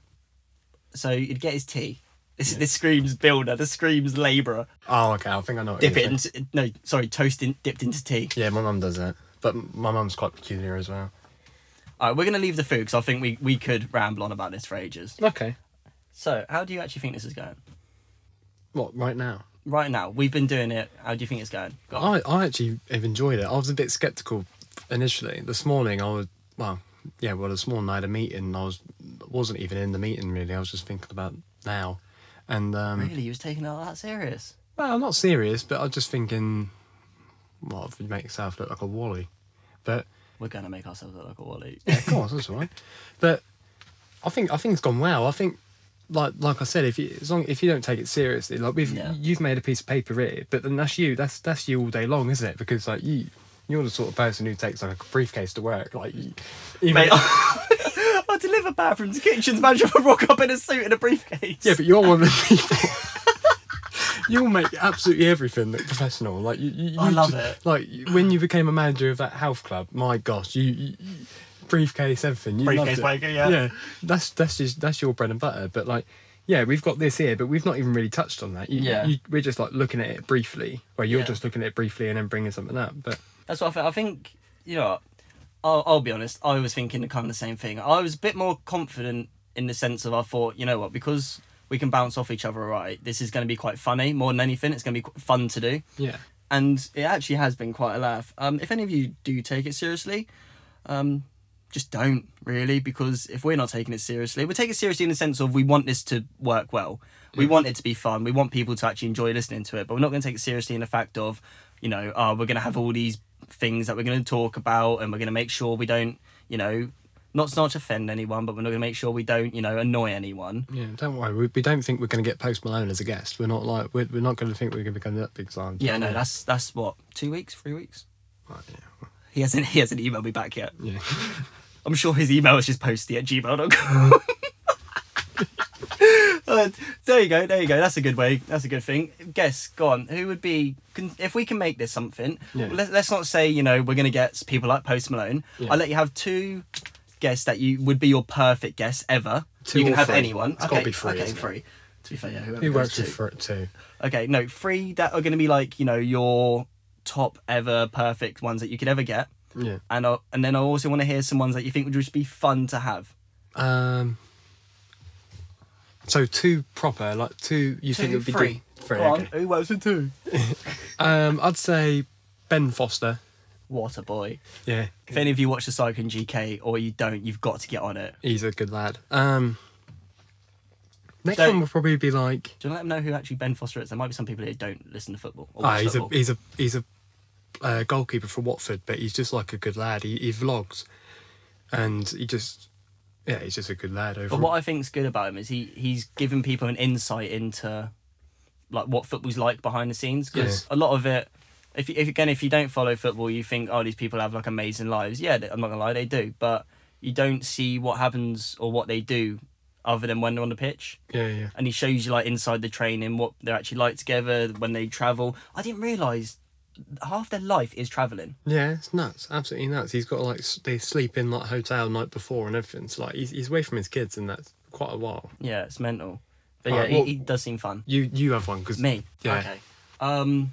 Speaker 1: So he'd get his tea. This, this screams builder. This screams labourer.
Speaker 2: Oh, okay. I think I know. What
Speaker 1: Dip it
Speaker 2: you're
Speaker 1: into no, sorry, toast in, dipped into tea.
Speaker 2: saying. Yeah, my mum does that, but m- my mum's quite peculiar as well.
Speaker 1: All right, we're gonna leave the food because I think we we could ramble on about this for ages.
Speaker 2: Okay.
Speaker 1: So, how do you actually think this is going?
Speaker 2: What right now?
Speaker 1: Right now, we've been doing it. How do you think it's going? Go on.
Speaker 2: I I actually have enjoyed it. I was a bit skeptical initially. This morning I was well, yeah. Well, this morning I had a meeting. I was wasn't even in the meeting really. I was just thinking about now, and um,
Speaker 1: Really, you was taking it all that serious?
Speaker 2: well, I'm not serious, but I was just thinking, well, if you make yourself look like a wally, but
Speaker 1: We're gonna make ourselves look like a wally.
Speaker 2: (laughs) of course, that's all right. But I think I think it's gone well. I think like like I said, if you as long if you don't take it seriously, like we've
Speaker 1: Yeah.
Speaker 2: you've made a piece of paper here, but then that's you. That's that's you all day long, isn't it? Because like you you're the sort of person who takes like a briefcase to work. Like you, even-
Speaker 1: Mate, (laughs) I deliver bathrooms, kitchens, manager (laughs) for rock up in a suit and a briefcase.
Speaker 2: Yeah, but you're one
Speaker 1: (laughs)
Speaker 2: of the people. You'll make absolutely everything look professional. Like you, you,
Speaker 1: I
Speaker 2: you
Speaker 1: love
Speaker 2: ju-
Speaker 1: it.
Speaker 2: Like you- when you became a manager of that health club, my gosh, you, you you- briefcase everything. You
Speaker 1: Briefcase
Speaker 2: loved it.
Speaker 1: wanker, yeah.
Speaker 2: Yeah, that's that's just that's your bread and butter. But like, yeah, we've got this here, but we've not even really touched on that. You,
Speaker 1: Yeah.
Speaker 2: you, we're just like looking at it briefly. Well, you're
Speaker 1: Yeah.
Speaker 2: just looking at it briefly and then bringing something up. But
Speaker 1: That's what I think. I think you know. what? I'll, I'll be honest. I was thinking the kind of same thing. I was a bit more confident in the sense of I thought, you know what, because we can bounce off each other. all Right, this is going to be quite funny more than anything. It's going to be qu- fun to do,
Speaker 2: Yeah.
Speaker 1: and it actually has been quite a laugh. Um, if any of you do take it seriously, um, just don't really because if we're not taking it seriously, we take it seriously in the sense of we want this to work well. We want it to be fun. We want people to actually enjoy listening to it, but we're not going to take it seriously in the fact of, you know, uh, we're going to have all these things that we're going to talk about and we're going to make sure we don't, you know, not not to offend anyone, but we're not going to make sure we don't, you know, annoy anyone.
Speaker 2: Yeah, don't worry. We, we don't think we're going to get Post Malone as a guest. We're not like we're, we're not going to think we're going to become that big time.
Speaker 1: Yeah, no, that's that's what two weeks, three weeks.
Speaker 2: Right, yeah.
Speaker 1: He hasn't he hasn't emailed me back yet. (laughs)
Speaker 2: Yeah.
Speaker 1: I'm sure his email is just posty at (laughs) gmail.com. uh, there you go, there you go. That's a good way. That's a good thing. Guess, go on. Who would be, can, if we can make this something,
Speaker 2: Yeah.
Speaker 1: let, let's not say, you know, we're going to get people like Post Malone.
Speaker 2: Yeah.
Speaker 1: I'll let you have two guests that you would be your perfect guest ever.
Speaker 2: Two
Speaker 1: you can
Speaker 2: or
Speaker 1: have
Speaker 2: three.
Speaker 1: anyone.
Speaker 2: It's gotta be three,
Speaker 1: Okay,
Speaker 2: isn't it?
Speaker 1: three. To be fair, yeah. whoever
Speaker 2: Who
Speaker 1: goes
Speaker 2: works
Speaker 1: two.
Speaker 2: with Fruit too?
Speaker 1: Okay, no, three that are going to be like, you know, your top ever perfect ones that you could ever get.
Speaker 2: Yeah.
Speaker 1: And, I'll, and then I also want to hear some ones that you think would just be fun to have.
Speaker 2: Um. So two proper, like two. You think it would be
Speaker 1: three.
Speaker 2: good? Three.
Speaker 1: Go on,
Speaker 2: okay.
Speaker 1: who works with two?
Speaker 2: Um, I'd say Ben Foster.
Speaker 1: What a boy.
Speaker 2: Yeah,
Speaker 1: If any of you watch the Cycling GK or you don't, you've got to get on it.
Speaker 2: he's a good lad. Um. Next
Speaker 1: Don't-
Speaker 2: one will probably be like.
Speaker 1: Do you want to let them know who actually Ben Foster is? There might be some people who don't listen to football. Or
Speaker 2: Ah,
Speaker 1: watch
Speaker 2: he's a
Speaker 1: football.
Speaker 2: he's a he's a uh, goalkeeper for Watford, but he's just like a good lad. He, he vlogs, and he just yeah, he's just a good lad
Speaker 1: But
Speaker 2: overall.
Speaker 1: what I think's good about him is he he's given people an insight into like what football's like behind the scenes because a lot of it. If, you, if again, if you don't follow football, you think, oh, these people have like amazing lives. Yeah, they- I'm not gonna lie, they do, but you don't see what happens or what they do, other than when they're on the pitch.
Speaker 2: yeah, yeah,
Speaker 1: and he shows you like inside the training what they're actually like together when they travel. I didn't realize half their life is traveling.
Speaker 2: yeah. It's nuts, absolutely nuts. He's got like s- they sleep in like hotel night before and everything. So like he's, he's away from his kids, and that's quite a while.
Speaker 1: Yeah, it's mental. But
Speaker 2: Alright,
Speaker 1: yeah,
Speaker 2: well-
Speaker 1: he, he does seem fun.
Speaker 2: You you have one because
Speaker 1: Me.
Speaker 2: Yeah.
Speaker 1: Okay. Um.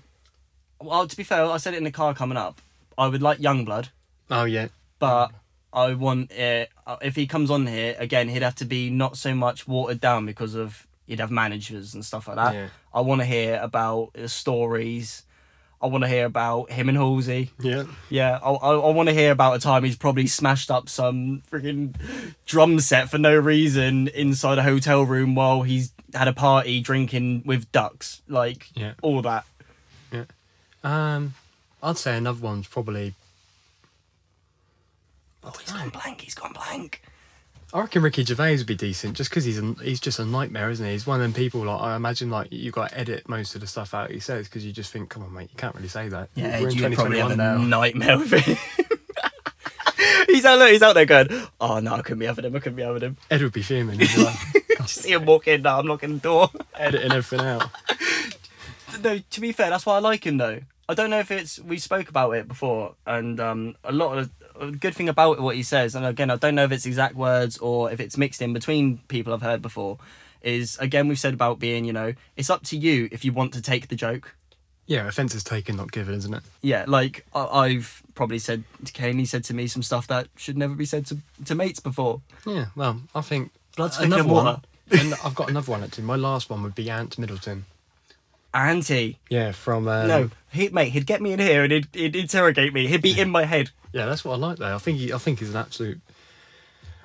Speaker 1: Well, to be fair, I said it in the car coming up. I would like Youngblood,
Speaker 2: Oh yeah,
Speaker 1: but I want it. uh, If he comes on here again, he'd have to be not so much watered down because of he'd have managers and stuff like that.
Speaker 2: Yeah.
Speaker 1: I want to hear about his stories. I want to hear about him and Halsey.
Speaker 2: yeah.
Speaker 1: Yeah, I, I, I want to hear about a time he's probably smashed up some friggin' drum set for no reason inside a hotel room while he's had a party drinking with ducks. Like,
Speaker 2: Yeah.
Speaker 1: all that.
Speaker 2: Um, I'd say another one's probably.
Speaker 1: Oh, he's gone blank, he's gone blank.
Speaker 2: I reckon Ricky Gervais would be decent, just because he's a, he's just a nightmare, isn't he? He's one of them people. Like I imagine, like you got to edit most of the stuff out he says because you just think, come on, mate, you can't really say that.
Speaker 1: Yeah,
Speaker 2: We're in
Speaker 1: you probably have a
Speaker 2: 2021 now.
Speaker 1: nightmare with him. (laughs) he's, out, look, he's out there going, oh no, I couldn't be having him, I couldn't be having him. (laughs)
Speaker 2: Ed would be fuming as (laughs) well,
Speaker 1: Just see him walk in, no, I'm knocking the door.
Speaker 2: editing everything out.
Speaker 1: no, to be fair, that's why I like him though. I don't know if it's we spoke about it before, and um, a lot of a good thing about what he says, and again, I don't know if it's exact words or if it's mixed in between people I've heard before, is again we've said about being, you know, it's up to you if you want to take the joke.
Speaker 2: Yeah, offence is taken, not given, isn't it?
Speaker 1: Yeah, like I- I've probably said to Kane, he said to me some stuff that should never be said to to mates before.
Speaker 2: Yeah. Well, I think
Speaker 1: Blood's thicker
Speaker 2: another
Speaker 1: than water.
Speaker 2: one. and I've got another one actually. My last one would be Ant Middleton.
Speaker 1: Auntie,
Speaker 2: Yeah, from um,
Speaker 1: no, he mate, he'd get me in here and he'd, he'd interrogate me. He'd be in my head.
Speaker 2: Yeah, that's what I like though. I think he, I think he's an absolute.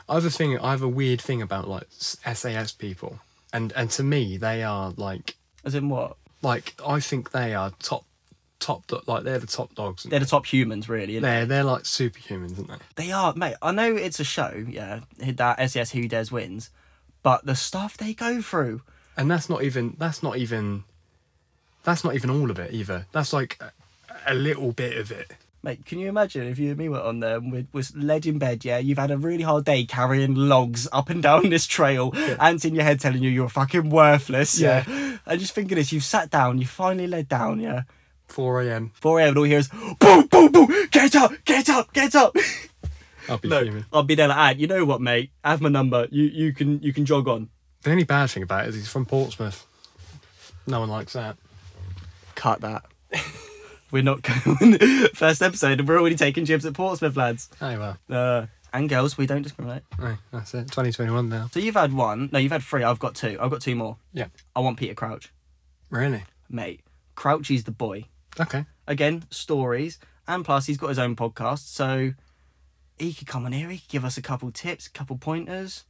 Speaker 2: I have a thing. I have a weird thing about like s- SAS people, and and to me they are like
Speaker 1: As in what?
Speaker 2: like I think they are top top do- like they're the top dogs.
Speaker 1: They're the top humans, really. innit?
Speaker 2: They're they're like superhumans, aren't they?
Speaker 1: They are, mate. I know it's a show, yeah, that SES Who Dares wins, but the stuff they go through.
Speaker 2: And that's not even that's not even that's not even all of it either. That's like a, a little bit of it.
Speaker 1: Mate, can you imagine if you and me were on there and we was led in bed, yeah? You've had a really hard day carrying logs up and down this trail, ants in your head telling you you're fucking worthless, yeah? And just think of this, you've sat down, you finally laid down, yeah?
Speaker 2: Four a.m.
Speaker 1: 4 a.m. and all you hear is, boom, boom, boom, get up, get up, get up.
Speaker 2: I'll be
Speaker 1: no,
Speaker 2: fuming.
Speaker 1: I'll be there like, "Ant, you know what, mate? Have my number. You you can you can jog on.
Speaker 2: The only bad thing about it is he's from Portsmouth. No one likes that.
Speaker 1: cut that. (laughs) we're not going first episode, and we're already taking jibs at Portsmouth, lads.
Speaker 2: Oh well.
Speaker 1: Uh, and girls. We don't discriminate.
Speaker 2: Right, that's it. 2021 now.
Speaker 1: So you've had one. No, you've had three. I've got two. I've got two more.
Speaker 2: Yeah.
Speaker 1: I want Peter Crouch,
Speaker 2: Really?
Speaker 1: mate. Crouchy's the boy.
Speaker 2: Okay.
Speaker 1: Again, stories, and plus he's got his own podcast, so he could come on here. He could give us a couple tips, couple pointers.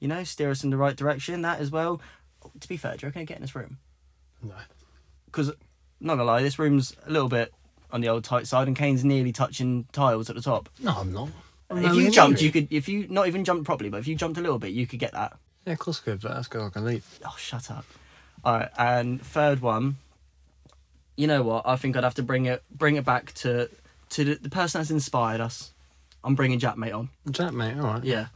Speaker 1: You know, steer us in the right direction. That as well. To be fair, do you reckon I get in this room?
Speaker 2: No.
Speaker 1: because not gonna lie, this room's a little bit on the old tight side, and Kane's nearly touching tiles at the top.
Speaker 2: No, I'm not. I'm
Speaker 1: if
Speaker 2: not
Speaker 1: you
Speaker 2: in
Speaker 1: jumped,
Speaker 2: injury.
Speaker 1: you could. If you not even jumped properly, but if you jumped a little bit, you could get that.
Speaker 2: Yeah, of course I could, but that's good. I can leave.
Speaker 1: Oh, shut up! All right, and third one. You know what? I think I'd have to bring it bring it back to to the, the person that's inspired us. I'm bringing Jack mate on.
Speaker 2: Jack, mate, all right.
Speaker 1: Yeah,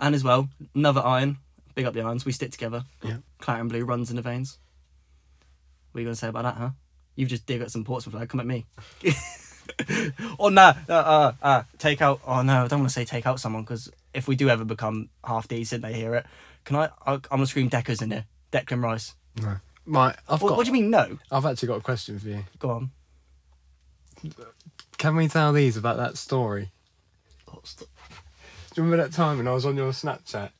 Speaker 1: and as well another iron. Big up the irons. We stick together.
Speaker 2: Yeah.
Speaker 1: Claret and blue runs in the veins. What are you gonna say about that, huh? You've just dig at some Portsmouth lad. Come at me. (laughs) oh no, uh, uh, uh, take out. Oh no, I don't want to say take out someone because if we do ever become half decent, they hear it. Can I? I I'm gonna scream Deckers in here. Declan Rice.
Speaker 2: No. My, I've
Speaker 1: What,
Speaker 2: got.
Speaker 1: what do you mean? No.
Speaker 2: I've actually got a question for you.
Speaker 1: Go on.
Speaker 2: Can we tell these about that story? Do you remember that time when I was on your Snapchat,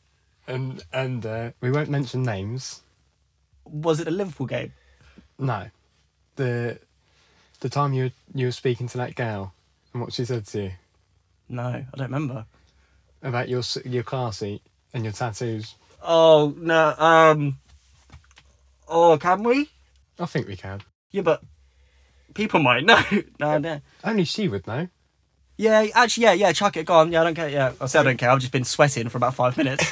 Speaker 2: and and uh, we won't mention names.
Speaker 1: Was it a Liverpool game?
Speaker 2: No, the the time you were, you were speaking to that girl and what she said to you
Speaker 1: No, I don't remember.
Speaker 2: about your s- your car seat and your tattoos.
Speaker 1: Oh no. Um. Oh, can we?
Speaker 2: I think we can.
Speaker 1: Yeah, but people might know. (laughs) no, no.
Speaker 2: Only she would know.
Speaker 1: Yeah, actually, yeah, yeah, chuck it, go on. Yeah, I don't care. Yeah, I say I don't care. I've just been sweating for about
Speaker 2: (laughs)
Speaker 1: five minutes.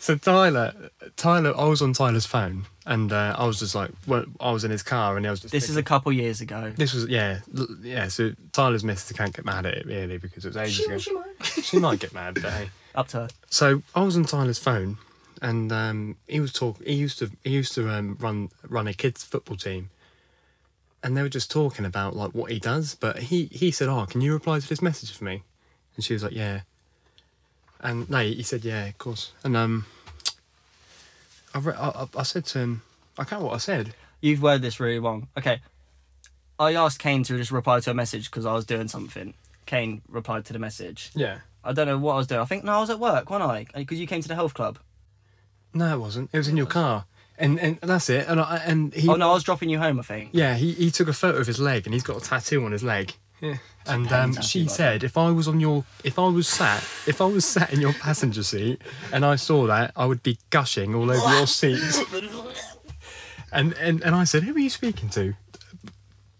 Speaker 2: So Tyler, Tyler, I was on Tyler's phone and uh, I was just like, well, I was in his car and I was just.
Speaker 1: this is a couple years ago.
Speaker 2: This was yeah l- yeah. So Tyler's missed. I can't get mad at it really because it was ages ago. she might get mad, but hey.
Speaker 1: Up to her.
Speaker 2: So I was on Tyler's phone, and um, he was talk. He used to he used to um, run run a kids football team, and they were just talking about like what he does. But he he said, "Oh, can you reply to this message for me?" And she was like, "Yeah." And no, he said, "Yeah, of course." And um, I re- I, I- I said to him, "I can't what I said."
Speaker 1: You've worded this really wrong. Okay. I asked Kane to just reply to a message because I was doing something. Kane replied to the message.
Speaker 2: Yeah.
Speaker 1: I don't know what I was doing. I think, no, I was at work, wasn't I? Because you came to the health club.
Speaker 2: No, it wasn't. It was in your car, and and that's it. And I, and he.
Speaker 1: Oh, no, I was dropping you home, I think.
Speaker 2: Yeah, he, he took a photo of his leg and he's got a tattoo on his leg. Yeah. And um,
Speaker 1: tattoo,
Speaker 2: she
Speaker 1: like
Speaker 2: said, if I was on your, if I was sat, if I was sat in your passenger seat and I saw that, I would be gushing all over your seat. And and and I said, who are you speaking to?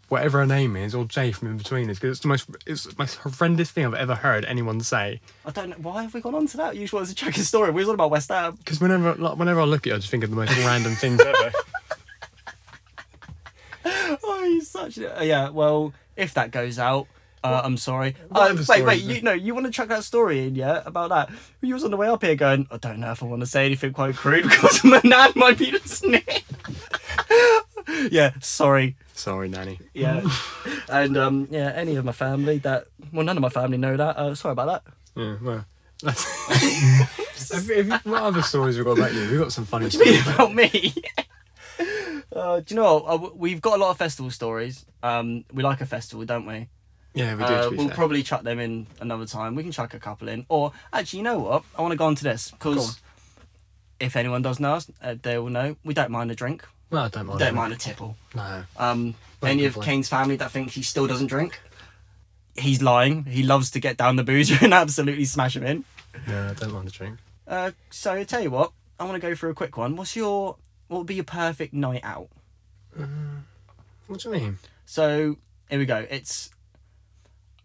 Speaker 2: Whatever her name is, or Jay from in between us, because it's the most, it's the most horrendous thing I've ever heard anyone say.
Speaker 1: I don't know. Why have we gone on to that? Usually it's a chucking story. We was on about West Ham.
Speaker 2: Because whenever, like, whenever I look at it, I just think of the most random things ever.
Speaker 1: Oh, he's such a. uh, Yeah, well, if that goes out, uh, I'm sorry. Uh,
Speaker 2: Whatever
Speaker 1: wait,
Speaker 2: story
Speaker 1: wait,
Speaker 2: is it?
Speaker 1: you know, you want to chuck that story in, yeah, about that? You was on the way up here going, I don't know if I want to say anything quite crude (laughs) because my nan might be listening. (laughs) yeah, sorry.
Speaker 2: (laughs) Sorry, Nanny. (laughs)
Speaker 1: Yeah. and um, yeah, any of my family that, well, none of my family know that. Uh, sorry
Speaker 2: (laughs)
Speaker 1: about that.
Speaker 2: Yeah, well, that's. (laughs) If- if- what other stories we've got about you? We've got some funny
Speaker 1: Be
Speaker 2: stories.
Speaker 1: about me. (laughs) Uh, do you know what? Uh, w- we've got a lot of festival stories. Um, we like a festival, don't we?
Speaker 2: Yeah, we do.
Speaker 1: Uh,
Speaker 2: to be
Speaker 1: we'll
Speaker 2: fair.
Speaker 1: probably chuck them in another time. We can chuck a couple in. Or actually, you know what? I want to go on to this
Speaker 2: Go on.
Speaker 1: because if anyone does know us, uh, they will know we don't mind a drink.
Speaker 2: Well, I don't mind.
Speaker 1: Don't mind a tipple.
Speaker 2: No.
Speaker 1: Um,
Speaker 2: Won't
Speaker 1: any of
Speaker 2: complain.
Speaker 1: Kane's family that thinks he still doesn't drink, he's lying. He loves to get down the boozer (laughs) and absolutely smash him in.
Speaker 2: No, I don't mind a drink.
Speaker 1: Uh, so I tell you what, I want to go for a quick one. What's your what would be your perfect night out?
Speaker 2: What do you mean?
Speaker 1: So here we go. It's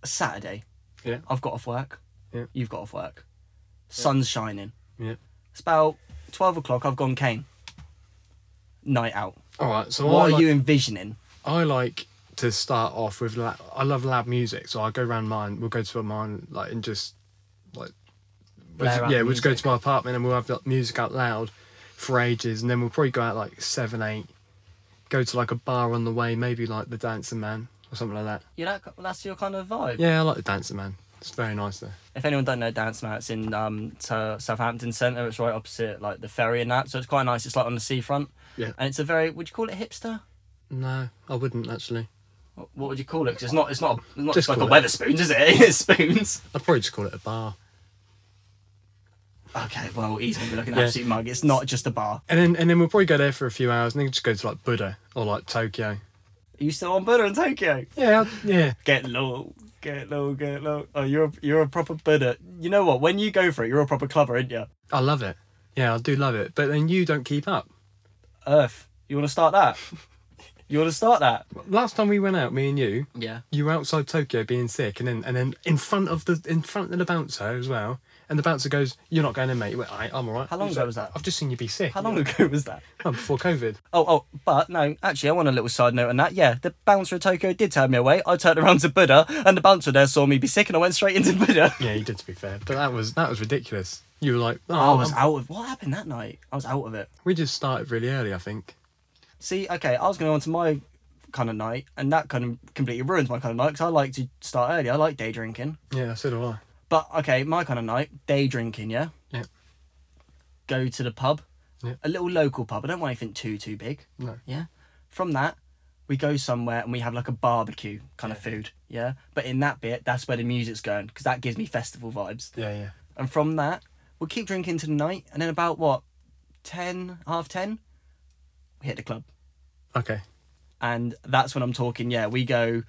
Speaker 1: a Saturday.
Speaker 2: Yeah.
Speaker 1: I've got off work.
Speaker 2: Yeah.
Speaker 1: You've got off work. Sun's shining.
Speaker 2: Yeah.
Speaker 1: It's about twelve o'clock. I've gone cane. Night out.
Speaker 2: All right. So
Speaker 1: what
Speaker 2: I,
Speaker 1: are
Speaker 2: like,
Speaker 1: you envisioning?
Speaker 2: I like to start off with. La- I love loud music, so I go round mine. We'll go to mine, like, and just like. we'll
Speaker 1: Blare
Speaker 2: ju-
Speaker 1: out
Speaker 2: yeah,
Speaker 1: the
Speaker 2: we'll just go
Speaker 1: music.
Speaker 2: to my apartment and we'll have like, music out loud for ages, and then we'll probably go out like seven, eight. Go to like a bar on the way, maybe like the Dancing Man or something like that.
Speaker 1: You know, that's your kind of vibe.
Speaker 2: Yeah, I like the Dancing Man. It's very nice there.
Speaker 1: If anyone don't know Dance Man, it's in um, to Southampton Centre. It's right opposite like the ferry and that, so it's quite nice. It's like on the seafront,
Speaker 2: Yeah.
Speaker 1: and it's a very would you call it hipster?
Speaker 2: No, I wouldn't actually.
Speaker 1: What what would you call it? (laughs) 'Cause it's not it's not it's not
Speaker 2: Just
Speaker 1: just like a
Speaker 2: call it-
Speaker 1: Weatherspoons, is it? it's spoons.
Speaker 2: I'd probably just call it a bar.
Speaker 1: okay, well, he's going to be looking an
Speaker 2: Yeah.
Speaker 1: absolute mug. It's not just a bar.
Speaker 2: And then and then we'll probably go there for a few hours and then just go to like Buddha or like Tokyo.
Speaker 1: Are you still on Buddha in Tokyo?
Speaker 2: Yeah, yeah.
Speaker 1: Get low, get low, get low. Oh, you're a, you're a proper Buddha. You know what? When you go for it, you're a proper clubber, aren't you?
Speaker 2: I love it. Yeah, I do love it. But then you don't keep up.
Speaker 1: Earth, you want to start (laughs) that? you want to start that?
Speaker 2: Last time we went out, me and you,
Speaker 1: Yeah.
Speaker 2: you were outside Tokyo being sick, and then and then in front of the in front of the bouncer as well. And the bouncer goes, "You're not going in, mate." You went, I, I'm all right.
Speaker 1: How long
Speaker 2: He's
Speaker 1: ago
Speaker 2: like,
Speaker 1: was that?
Speaker 2: I've just seen you be sick.
Speaker 1: How long ago was that?
Speaker 2: Oh, before COVID.
Speaker 1: Oh, oh, but no, actually, I want a little side note on that. Yeah, the bouncer at Tokyo did turn me away. I turned around to Buddha, and the bouncer there saw me be sick, and I went straight into (laughs) Buddha.
Speaker 2: Yeah, you did. To be fair, but that was that was ridiculous. You were like, "Oh,
Speaker 1: I was
Speaker 2: I'm-
Speaker 1: out of what happened that night. I was out of it.
Speaker 2: we just started really early, I think."
Speaker 1: See, okay, I was going on to my kind of night, and that kind of completely ruins my kind of night because I like to start early. I like day drinking,
Speaker 2: Yeah, so do I.
Speaker 1: but okay, my kind of night, day drinking, yeah.
Speaker 2: Yeah.
Speaker 1: Go to the pub,
Speaker 2: Yeah.
Speaker 1: a little local pub. I don't want anything too too big.
Speaker 2: No.
Speaker 1: Yeah. From that, we go somewhere and we have like a barbecue kind of food. Yeah. But in that bit, that's where the music's going because that gives me festival vibes.
Speaker 2: Yeah, yeah.
Speaker 1: And from that, we'll keep drinking to the night, and then about what, ten, half ten, we hit the club,
Speaker 2: Okay.
Speaker 1: and that's when I'm talking. Yeah, we go,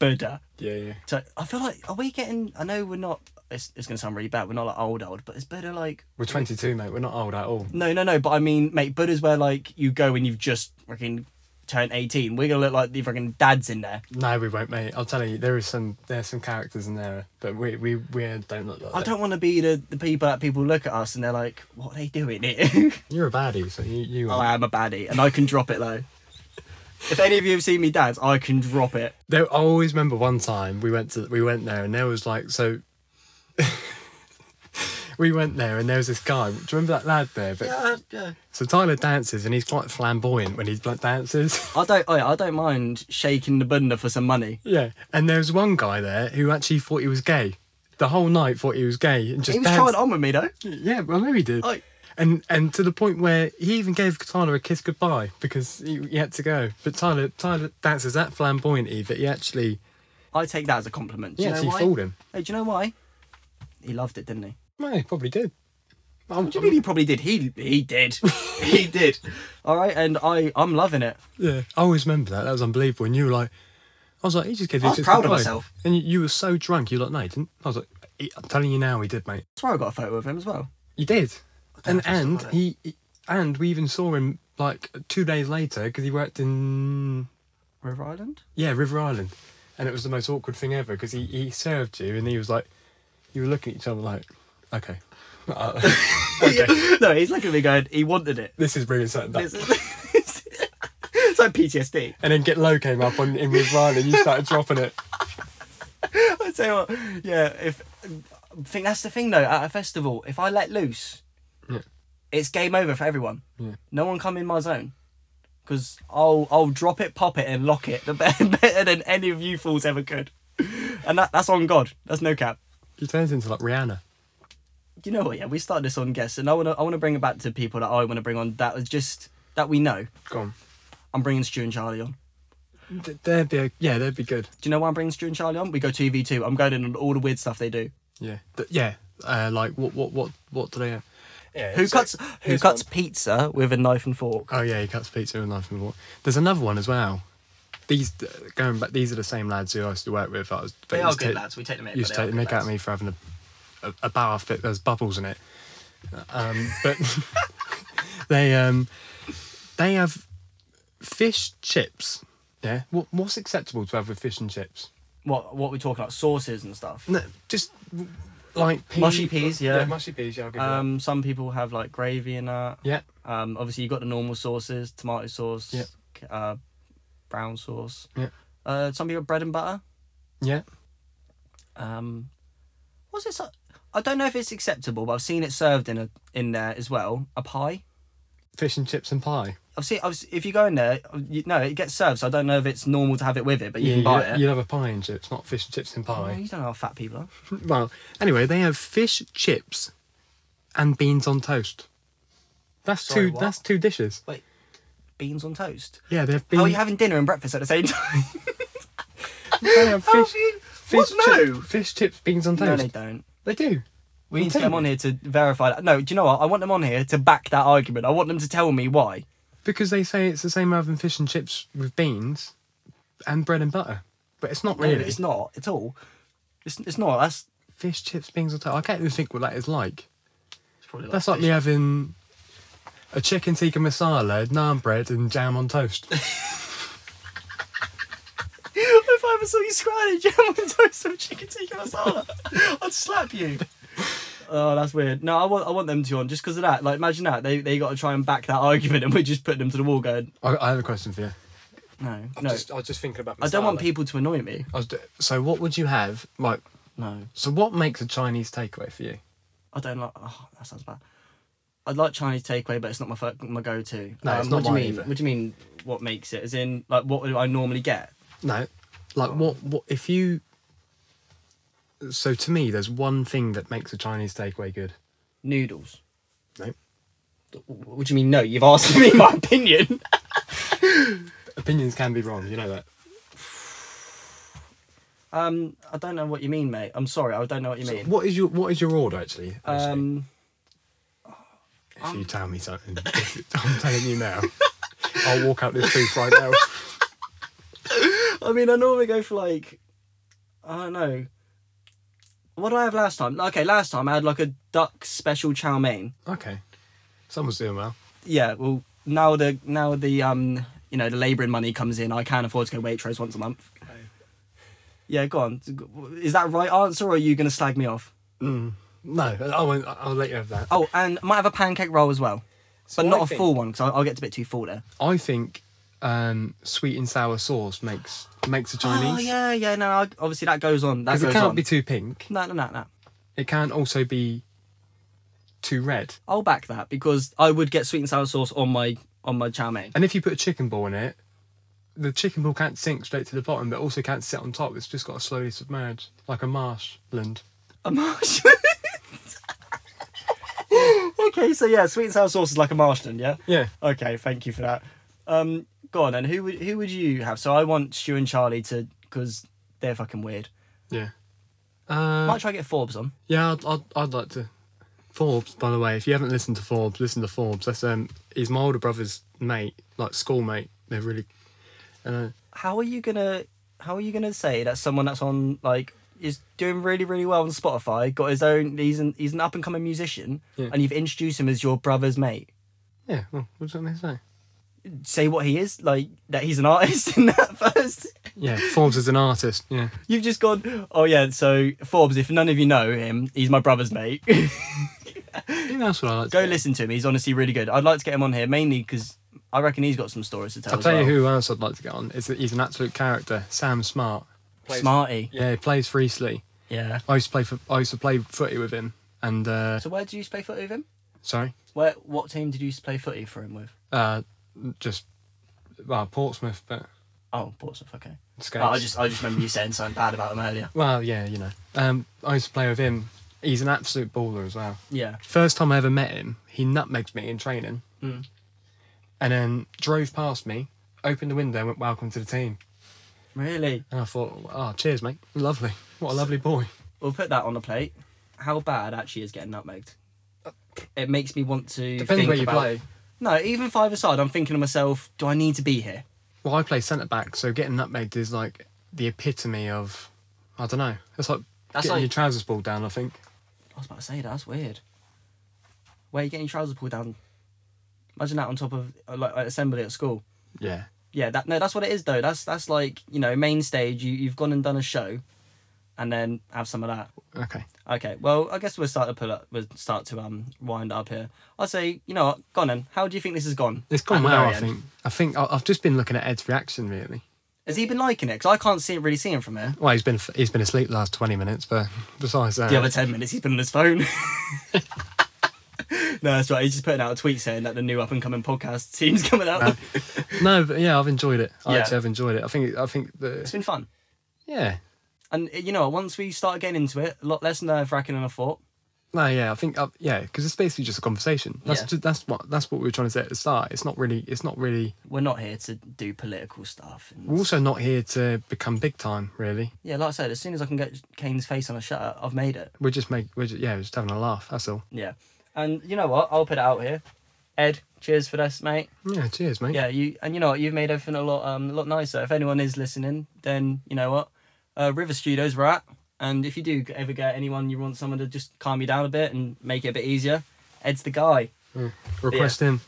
Speaker 1: Buddha.
Speaker 2: Yeah, yeah.
Speaker 1: So I feel like are we getting? I know we're not. It's, it's gonna sound really bad. We're not like old old, but it's better like
Speaker 2: We're 22, mate. We're not old at all.
Speaker 1: no no no. But I mean, mate, Buddha's where like you go and you've just freaking turned eighteen. We're gonna look like the freaking dads in there.
Speaker 2: No, we won't, mate. I'll tell you, there is some there's some characters in there, but we we we don't look like.
Speaker 1: I
Speaker 2: that.
Speaker 1: don't want to be the, the people that people look at us and they're like, what are they doing here? (laughs)
Speaker 2: You're a baddie, so you you.
Speaker 1: oh,
Speaker 2: Are.
Speaker 1: I am a baddie and I can drop it though. If any of you have seen me dance, I can drop it.
Speaker 2: There, I always remember one time we went to we went there and there was like so. (laughs) we went there and there was this guy. Do you remember that lad there? But,
Speaker 1: yeah.
Speaker 2: So Tyler dances and he's quite flamboyant when he like, dances. (laughs)
Speaker 1: I don't. Oh, yeah, I don't mind shaking the Buddha for some money.
Speaker 2: yeah, and there was one guy there who actually thought he was gay. The whole night thought he was gay and just
Speaker 1: He was
Speaker 2: danced.
Speaker 1: trying Oh, on with me though.
Speaker 2: Yeah, well, maybe he did.
Speaker 1: I-
Speaker 2: And and to the point where he even gave Tyler a kiss goodbye because he, he had to go. But Tyler Tyler dances that flamboyantly that he actually
Speaker 1: I take that as a compliment. Do
Speaker 2: he
Speaker 1: you know
Speaker 2: actually
Speaker 1: why?
Speaker 2: fooled him.
Speaker 1: Hey, do you know why? He loved it, didn't he?
Speaker 2: Well, he probably did. I'm-
Speaker 1: What do you mean he probably did? He he did. he did. All right, and I I'm loving it.
Speaker 2: Yeah, I always remember that. That was unbelievable. And you were like, I was like, he just gave you
Speaker 1: I
Speaker 2: a
Speaker 1: was
Speaker 2: kiss
Speaker 1: proud of
Speaker 2: goodbye.
Speaker 1: myself.
Speaker 2: And you, you were so drunk. You were like, no, he didn't. I was like, "He- I'm telling you now, he did, mate.
Speaker 1: That's why I got a photo of him as well.
Speaker 2: You did.
Speaker 1: don't
Speaker 2: And
Speaker 1: know if I
Speaker 2: and
Speaker 1: saw it.
Speaker 2: he, he and we even saw him like two days later because he worked in
Speaker 1: River Island.
Speaker 2: Yeah, River Island. And it was the most awkward thing ever because he, he served you and he was like, you were looking at each other like, okay. (laughs) Uh, okay.
Speaker 1: no, he's looking at me going, he wanted it.
Speaker 2: this is really something.
Speaker 1: It's, (laughs) it's like PTSD.
Speaker 2: and then Get Low came up on, in River Island you started dropping it.
Speaker 1: (laughs) I tell you what, yeah. If I think that's the thing though, at a festival, if I let loose,
Speaker 2: Yeah.
Speaker 1: it's game over for everyone.
Speaker 2: Yeah.
Speaker 1: No one come in my zone, because I'll I'll drop it, pop it, and lock it. (laughs) The better, better than any of you fools ever could. And that, that's on God. That's no cap.
Speaker 2: You turned into like Rihanna.
Speaker 1: you know what? Yeah, we started this on guests, and I wanna I wanna bring it back to people that I wanna bring on. That was just that we know.
Speaker 2: Gone.
Speaker 1: I'm bringing Stu and Charlie on.
Speaker 2: They'd be, a, yeah, they'd be good.
Speaker 1: Do you know why I'm bringing Stu and Charlie on? We go two v two. I'm going in on all the weird stuff they do.
Speaker 2: Yeah. Th- yeah. Uh, like, what, what, what, what do they have? Yeah,
Speaker 1: Who
Speaker 2: it's like-
Speaker 1: cuts Who
Speaker 2: here's
Speaker 1: cuts pizza with a knife and fork?
Speaker 2: Oh yeah, he cuts pizza and knife and fork. There's another one as well. These going back. These are the same lads who I used to work with. I was,
Speaker 1: They
Speaker 2: but
Speaker 1: are
Speaker 2: used
Speaker 1: good
Speaker 2: to-
Speaker 1: lads, we take the mick,
Speaker 2: Used
Speaker 1: but
Speaker 2: to
Speaker 1: they
Speaker 2: take the
Speaker 1: are
Speaker 2: mick
Speaker 1: good
Speaker 2: out of me for having a a, a bar fit. There's bubbles in it. Um, but (laughs) they um they have fish chips. Yeah. What what's acceptable to have with fish and chips?
Speaker 1: What What we talking about? Sauces and stuff.
Speaker 2: No, just like pea-
Speaker 1: Mushy peas, yeah.
Speaker 2: mushy peas. Yeah, I'll give you
Speaker 1: Um, some people have like gravy and that.
Speaker 2: that. Yeah.
Speaker 1: Um, obviously you have got the normal sauces: tomato sauce,
Speaker 2: Yeah.
Speaker 1: c- uh, brown sauce.
Speaker 2: Yeah.
Speaker 1: Uh, some people have bread and butter.
Speaker 2: Yeah.
Speaker 1: um what's it so- I don't know if it's acceptable, but I've seen it served in a in there as well. A pie.
Speaker 2: Fish and chips and pie.
Speaker 1: I've seen. I've, s- if you go in there, uh, you, no, it gets served. So I don't know if it's normal to have it with it, but you can buy
Speaker 2: you'd,
Speaker 1: it.
Speaker 2: you'd have a pie and chips, not fish and chips and
Speaker 1: Oh,
Speaker 2: pie.
Speaker 1: you don't know how fat people are.
Speaker 2: (laughs) Well, anyway, they have fish chips and beans on toast. That's
Speaker 1: Sorry,
Speaker 2: two.
Speaker 1: what?
Speaker 2: That's two dishes.
Speaker 1: Wait, beans on toast.
Speaker 2: Yeah, they have
Speaker 1: How
Speaker 2: beans.
Speaker 1: are Oh, you having dinner and breakfast at the same (laughs) time?
Speaker 2: they have
Speaker 1: How
Speaker 2: fish.
Speaker 1: have Oh, you-
Speaker 2: fish
Speaker 1: What? No.
Speaker 2: chip- fish chips, beans on
Speaker 1: no,
Speaker 2: toast.
Speaker 1: they don't.
Speaker 2: they do.
Speaker 1: We need to
Speaker 2: tell
Speaker 1: get them
Speaker 2: you.
Speaker 1: on here to verify that. No, do you know what? I want them on here to back that argument. I want them to tell me why.
Speaker 2: Because they say it's the same rather than fish and chips with beans and bread and butter. But it's not
Speaker 1: No,
Speaker 2: really.
Speaker 1: it's not at all. It's, it's not. That's
Speaker 2: Fish, chips, beans, or I can't even think what that is like.
Speaker 1: it's probably
Speaker 2: That's like me having a chicken tikka masala, naan bread, and jam
Speaker 1: (laughs)
Speaker 2: on toast.
Speaker 1: (laughs) if I ever saw you scrying jam on toast some chicken tikka masala, (laughs) I'd slap you. Oh, that's weird. No, I want I want them two on just because of that. Like, imagine that they they got to try and back that argument, and we're just putting them to the wall, going,
Speaker 2: I, I have a question for you.
Speaker 1: no, no.
Speaker 2: I was just thinking about
Speaker 1: I don't want people to annoy me.
Speaker 2: I was d- so, what would you have? Like,
Speaker 1: No,
Speaker 2: so what makes a Chinese takeaway for you?
Speaker 1: I don't like. Oh, that sounds bad. I'd like Chinese takeaway, but it's not my fir- my go-to. Um,
Speaker 2: No, it's
Speaker 1: what
Speaker 2: not
Speaker 1: do you
Speaker 2: mine
Speaker 1: mean?
Speaker 2: either.
Speaker 1: What do you mean? What makes it? As in, like, what do I normally get?
Speaker 2: No, like, what, what, if you. So, to me, there's one thing that makes a Chinese takeaway good.
Speaker 1: Noodles.
Speaker 2: No.
Speaker 1: What do you mean? No, you've asked me my opinion. (laughs)
Speaker 2: Opinions can be wrong, you know that.
Speaker 1: Um, I don't know what you mean, mate. I'm sorry, I don't know what you
Speaker 2: So
Speaker 1: mean.
Speaker 2: what is your what is your order actually? actually?
Speaker 1: Um,
Speaker 2: if you tell me something, (laughs) if you- I'm telling you now. (laughs) I'll walk out this booth right now. (laughs)
Speaker 1: I mean, I normally go for like, I don't know. What did I have last time? Okay, last time I had like a duck special chow mein.
Speaker 2: Okay, someone's doing well.
Speaker 1: Yeah, well now the now the um you know the labouring money comes in, I can afford to go Waitrose once a month. Yeah, go on. Is that right answer, or are you gonna slag me off?
Speaker 2: No, I won't. I- I'll let you have that.
Speaker 1: Oh, and I might have a pancake roll as well,
Speaker 2: So
Speaker 1: but not
Speaker 2: I
Speaker 1: a
Speaker 2: think-
Speaker 1: full one because I'll, I'll get a bit too full there.
Speaker 2: I think um, sweet and sour sauce makes makes a Chinese.
Speaker 1: Oh yeah, yeah. No, I, obviously that goes on. That
Speaker 2: Because
Speaker 1: goes
Speaker 2: it can't
Speaker 1: on.
Speaker 2: be too pink.
Speaker 1: No, no, no, no.
Speaker 2: It can't also be too red.
Speaker 1: I'll back that because I would get sweet and sour sauce on my on my chow mein.
Speaker 2: And if you put a chicken ball in it, the chicken ball can't sink straight to the bottom, but also can't sit on top. It's just got to slowly submerge like a marshland.
Speaker 1: A marshland. (laughs) okay, so yeah, sweet and sour sauce is like a marshland, yeah.
Speaker 2: Yeah.
Speaker 1: Okay, thank you for that. Um, go on, and who would who would you have? So I want Stu and Charlie to because they're fucking weird.
Speaker 2: Yeah. Uh,
Speaker 1: Might try to get Forbes on.
Speaker 2: Yeah, I'd, I'd, I'd like to. Forbes, by the way, if you haven't listened to Forbes, listen to Forbes. That's um, he's my older brother's mate, like schoolmate. They're really, uh,
Speaker 1: How are you gonna How are you gonna say that someone that's on like is doing really really well on Spotify, got his own, he's an he's an up and coming musician,
Speaker 2: Yeah.
Speaker 1: and you've introduced him as your brother's mate.
Speaker 2: yeah. Well, what's that they say?
Speaker 1: Say what he is, like that he's an artist (laughs) in that first.
Speaker 2: Yeah, Forbes is an artist. Yeah,
Speaker 1: You've just gone, oh yeah, so Forbes, if none of you know him, he's my brother's mate. (laughs)
Speaker 2: I think that's what I like.
Speaker 1: Go
Speaker 2: to do.
Speaker 1: listen to him. He's honestly really good. I'd like to get him on here mainly because I reckon he's got some stories to tell.
Speaker 2: I'll
Speaker 1: as
Speaker 2: tell you
Speaker 1: well.
Speaker 2: who else I'd like to get on. Is that he's an absolute character, Sam Smart.
Speaker 1: Smarty.
Speaker 2: Yeah, he plays for Eastleigh.
Speaker 1: Yeah.
Speaker 2: I used to play for. I used to play footy with him. And uh,
Speaker 1: So where did you play footy with him?
Speaker 2: sorry,
Speaker 1: Where? What team did you play footy for him with?
Speaker 2: uh, just well Portsmouth, but
Speaker 1: Oh, Portsmouth. Okay.
Speaker 2: Skates.
Speaker 1: Oh, I just I just remember you saying something bad about him earlier.
Speaker 2: Well, yeah, you know. Um, I used to play with him. He's an absolute baller as well.
Speaker 1: Yeah.
Speaker 2: First time I ever met him, he nutmegs me in training,
Speaker 1: Hmm.
Speaker 2: and then drove past me, opened the window, and went "Welcome to the team."
Speaker 1: Really?
Speaker 2: And I thought, "Oh, cheers, mate! Lovely. What a lovely boy."
Speaker 1: We'll put that on the plate. How bad actually is getting nutmegged? It makes me want to.
Speaker 2: Depends
Speaker 1: think
Speaker 2: where you
Speaker 1: about-
Speaker 2: play.
Speaker 1: No, even five aside, I'm thinking to myself, do I need to be here?
Speaker 2: Well, I play centre back, so getting nutmegged is like the epitome of, I don't know. It's like
Speaker 1: That's
Speaker 2: getting
Speaker 1: like-
Speaker 2: your trousers pulled down. I think.
Speaker 1: I was about to say that. That's weird. Where are you getting your trousers pulled down? Imagine that on top of uh, like an assembly at school.
Speaker 2: Yeah.
Speaker 1: Yeah, that no, that's what it is though. That's that's like you know main stage. You you've gone and done a show, and then have some of that.
Speaker 2: Okay.
Speaker 1: Okay, well I guess we'll start to pull up. We'll start to um wind up here. I'd say you know what, go on then. How do you think this has gone?
Speaker 2: It's
Speaker 1: At
Speaker 2: gone
Speaker 1: the
Speaker 2: well.
Speaker 1: very
Speaker 2: I
Speaker 1: end.
Speaker 2: think. I think I- I've just been looking at Ed's reaction really.
Speaker 1: Has he been liking it? Because I can't see really see him from here.
Speaker 2: Well, he's been he's been asleep the last twenty minutes, but (laughs) besides that,
Speaker 1: The other ten minutes he's been on his
Speaker 2: (laughs)
Speaker 1: phone. (laughs) no, that's right. He's just putting out a tweet saying that the new up and coming podcast team's coming out.
Speaker 2: no, but yeah, I've enjoyed it. I
Speaker 1: Yeah.
Speaker 2: actually have enjoyed it. I think I think
Speaker 1: It's
Speaker 2: the
Speaker 1: been fun.
Speaker 2: yeah
Speaker 1: And uh, you know, what, once we started getting into it, a lot less nerve wracking than I thought.
Speaker 2: No, yeah, I think uh, yeah, because it's basically just a conversation. That's
Speaker 1: Yeah.
Speaker 2: ju- that's what that's what we were trying to say at the start. It's not really it's not really.
Speaker 1: We're not here to do political stuff. And
Speaker 2: We're also not here to become big time, really.
Speaker 1: yeah, like I said, as soon as I can get Kane's face on a shutter, I've made it.
Speaker 2: We're just make we're just, yeah, we're just having a laugh. That's all.
Speaker 1: Yeah. And you know what? I'll put it out here. Ed, cheers for this, mate.
Speaker 2: Yeah, cheers, mate.
Speaker 1: Yeah, you and you know what? You've made everything a lot um a lot nicer. If anyone is listening, then you know what? Uh, River Studios we're at. And if you do ever get anyone you want someone to just calm you down a bit and make it a bit easier, Ed's the guy.
Speaker 2: Request in.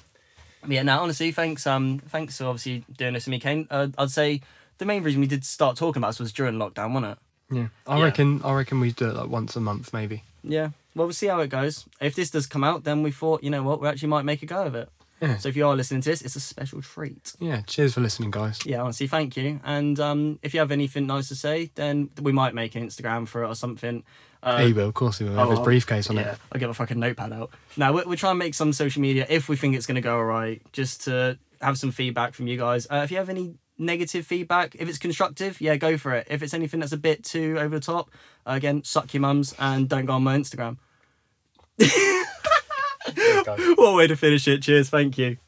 Speaker 1: But yeah, now honestly, thanks. Um, thanks for obviously doing this to me, Kane. Uh, I'd say the main reason we did start talking about this was during lockdown, wasn't it?
Speaker 2: Yeah, I
Speaker 1: Yeah.
Speaker 2: reckon I reckon we do it like once a month, maybe.
Speaker 1: Yeah. Well, we'll see how it goes. If this does come out, then we thought, you know what, we actually might make a go of it.
Speaker 2: Yeah.
Speaker 1: So if you are listening to this, it's a special treat.
Speaker 2: Yeah, cheers for listening, guys.
Speaker 1: Yeah, honestly, thank you. And um, if you have anything nice to say, then we might make an Instagram for it or something. Uh,
Speaker 2: Yeah, he will, of course he will. have his
Speaker 1: I'll-
Speaker 2: briefcase on
Speaker 1: Oh, yeah,
Speaker 2: it.
Speaker 1: I'll get a fucking notepad out. Now we're, we're trying to make some social media if we think it's going to go all right, just to have some feedback from you guys. Uh, if you have any negative feedback, if it's constructive, yeah, go for it. If it's anything that's a bit too over the top, uh, again, suck your mums and don't go on my Instagram. What way to finish it. Cheers. Thank you.